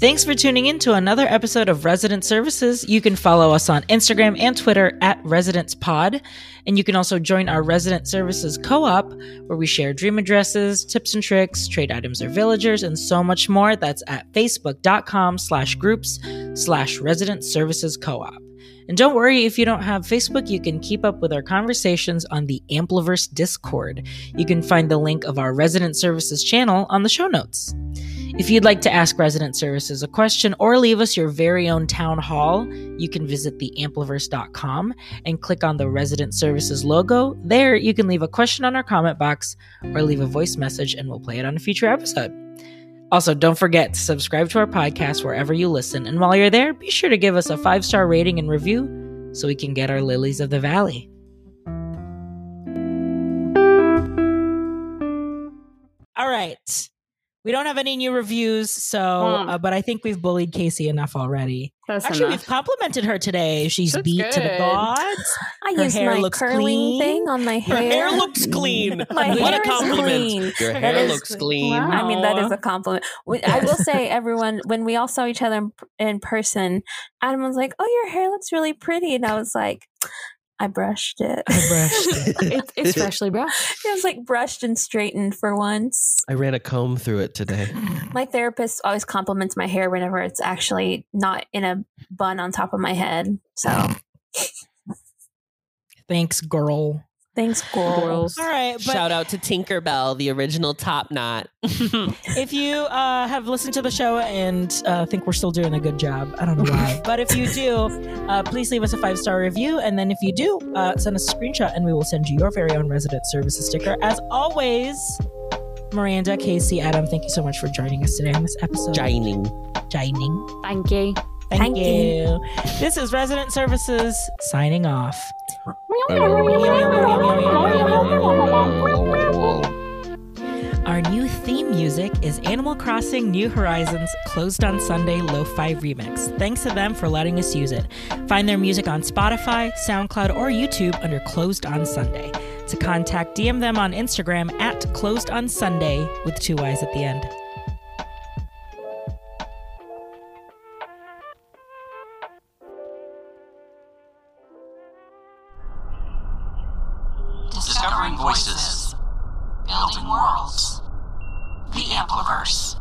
S1: Thanks for tuning in to another episode of Resident Services. You can follow us on Instagram and Twitter at Residence Pod. And you can also join our Resident Services co op, where we share dream addresses, tips and tricks, trade items or villagers, and so much more. That's at facebook.com slash groups slash resident services co op. And don't worry, if you don't have Facebook, you can keep up with our conversations on the Ampliverse Discord. You can find the link of our Resident Services channel on the show notes. If you'd like to ask resident services a question or leave us your very own town hall, you can visit theampliverse.com and click on the resident services logo. There, you can leave a question on our comment box or leave a voice message and we'll play it on a future episode. Also, don't forget to subscribe to our podcast wherever you listen. And while you're there, be sure to give us a five star rating and review so we can get our lilies of the valley. All right. We don't have any new reviews, so
S2: Mm.
S1: uh, but I think we've bullied Casey enough already.
S2: That's
S1: Actually,
S2: enough.
S1: we've complimented her today. She's
S2: That's
S1: beat to the
S2: good.
S1: gods.
S3: I
S1: Her
S3: use
S1: hair
S3: my
S1: looks
S3: curling
S1: clean.
S3: thing on my
S4: Your
S3: hair.
S4: hair looks clean.
S3: my
S4: what
S3: hair is
S4: a compliment.
S3: clean.
S4: Your
S3: That
S4: hair
S3: is
S4: looks
S3: clean.
S4: clean.
S2: Wow.
S3: I mean, that is a compliment. We- I will say, everyone, when we all saw each other in, in person, Adam was like, "Oh, your hair looks really pretty," and I was like, "I brushed it."
S1: I brushed it.
S2: it's, it's freshly brushed.
S3: it was like brushed and straightened for once.
S4: I ran a comb through it today.
S3: My therapist always compliments my hair whenever it's actually not in a bun on top of my head. So
S1: Thanks, girl.
S3: thanks, girls.
S1: All right, but
S4: Shout out to Tinkerbell, the original top knot.
S1: if you uh, have listened to the show and uh, think we're still doing a good job, I don't know why. but if you do, uh, please leave us a five star review. And then if you do, uh, send us a screenshot and we will send you your very own resident services sticker. As always, Miranda, Casey, Adam, thank you so much for joining us today on this episode.
S4: Shining.
S1: Joining.
S2: Thank you.
S1: Thank,
S3: Thank
S1: you. This is Resident Services signing off. Our new theme music is Animal Crossing New Horizons Closed on Sunday Lo-Fi Remix. Thanks to them for letting us use it. Find their music on Spotify, SoundCloud, or YouTube under Closed on Sunday. To contact, DM them on Instagram at Closed on Sunday with two Y's at the end.
S6: Discovering voices. Building worlds. The Ampliverse.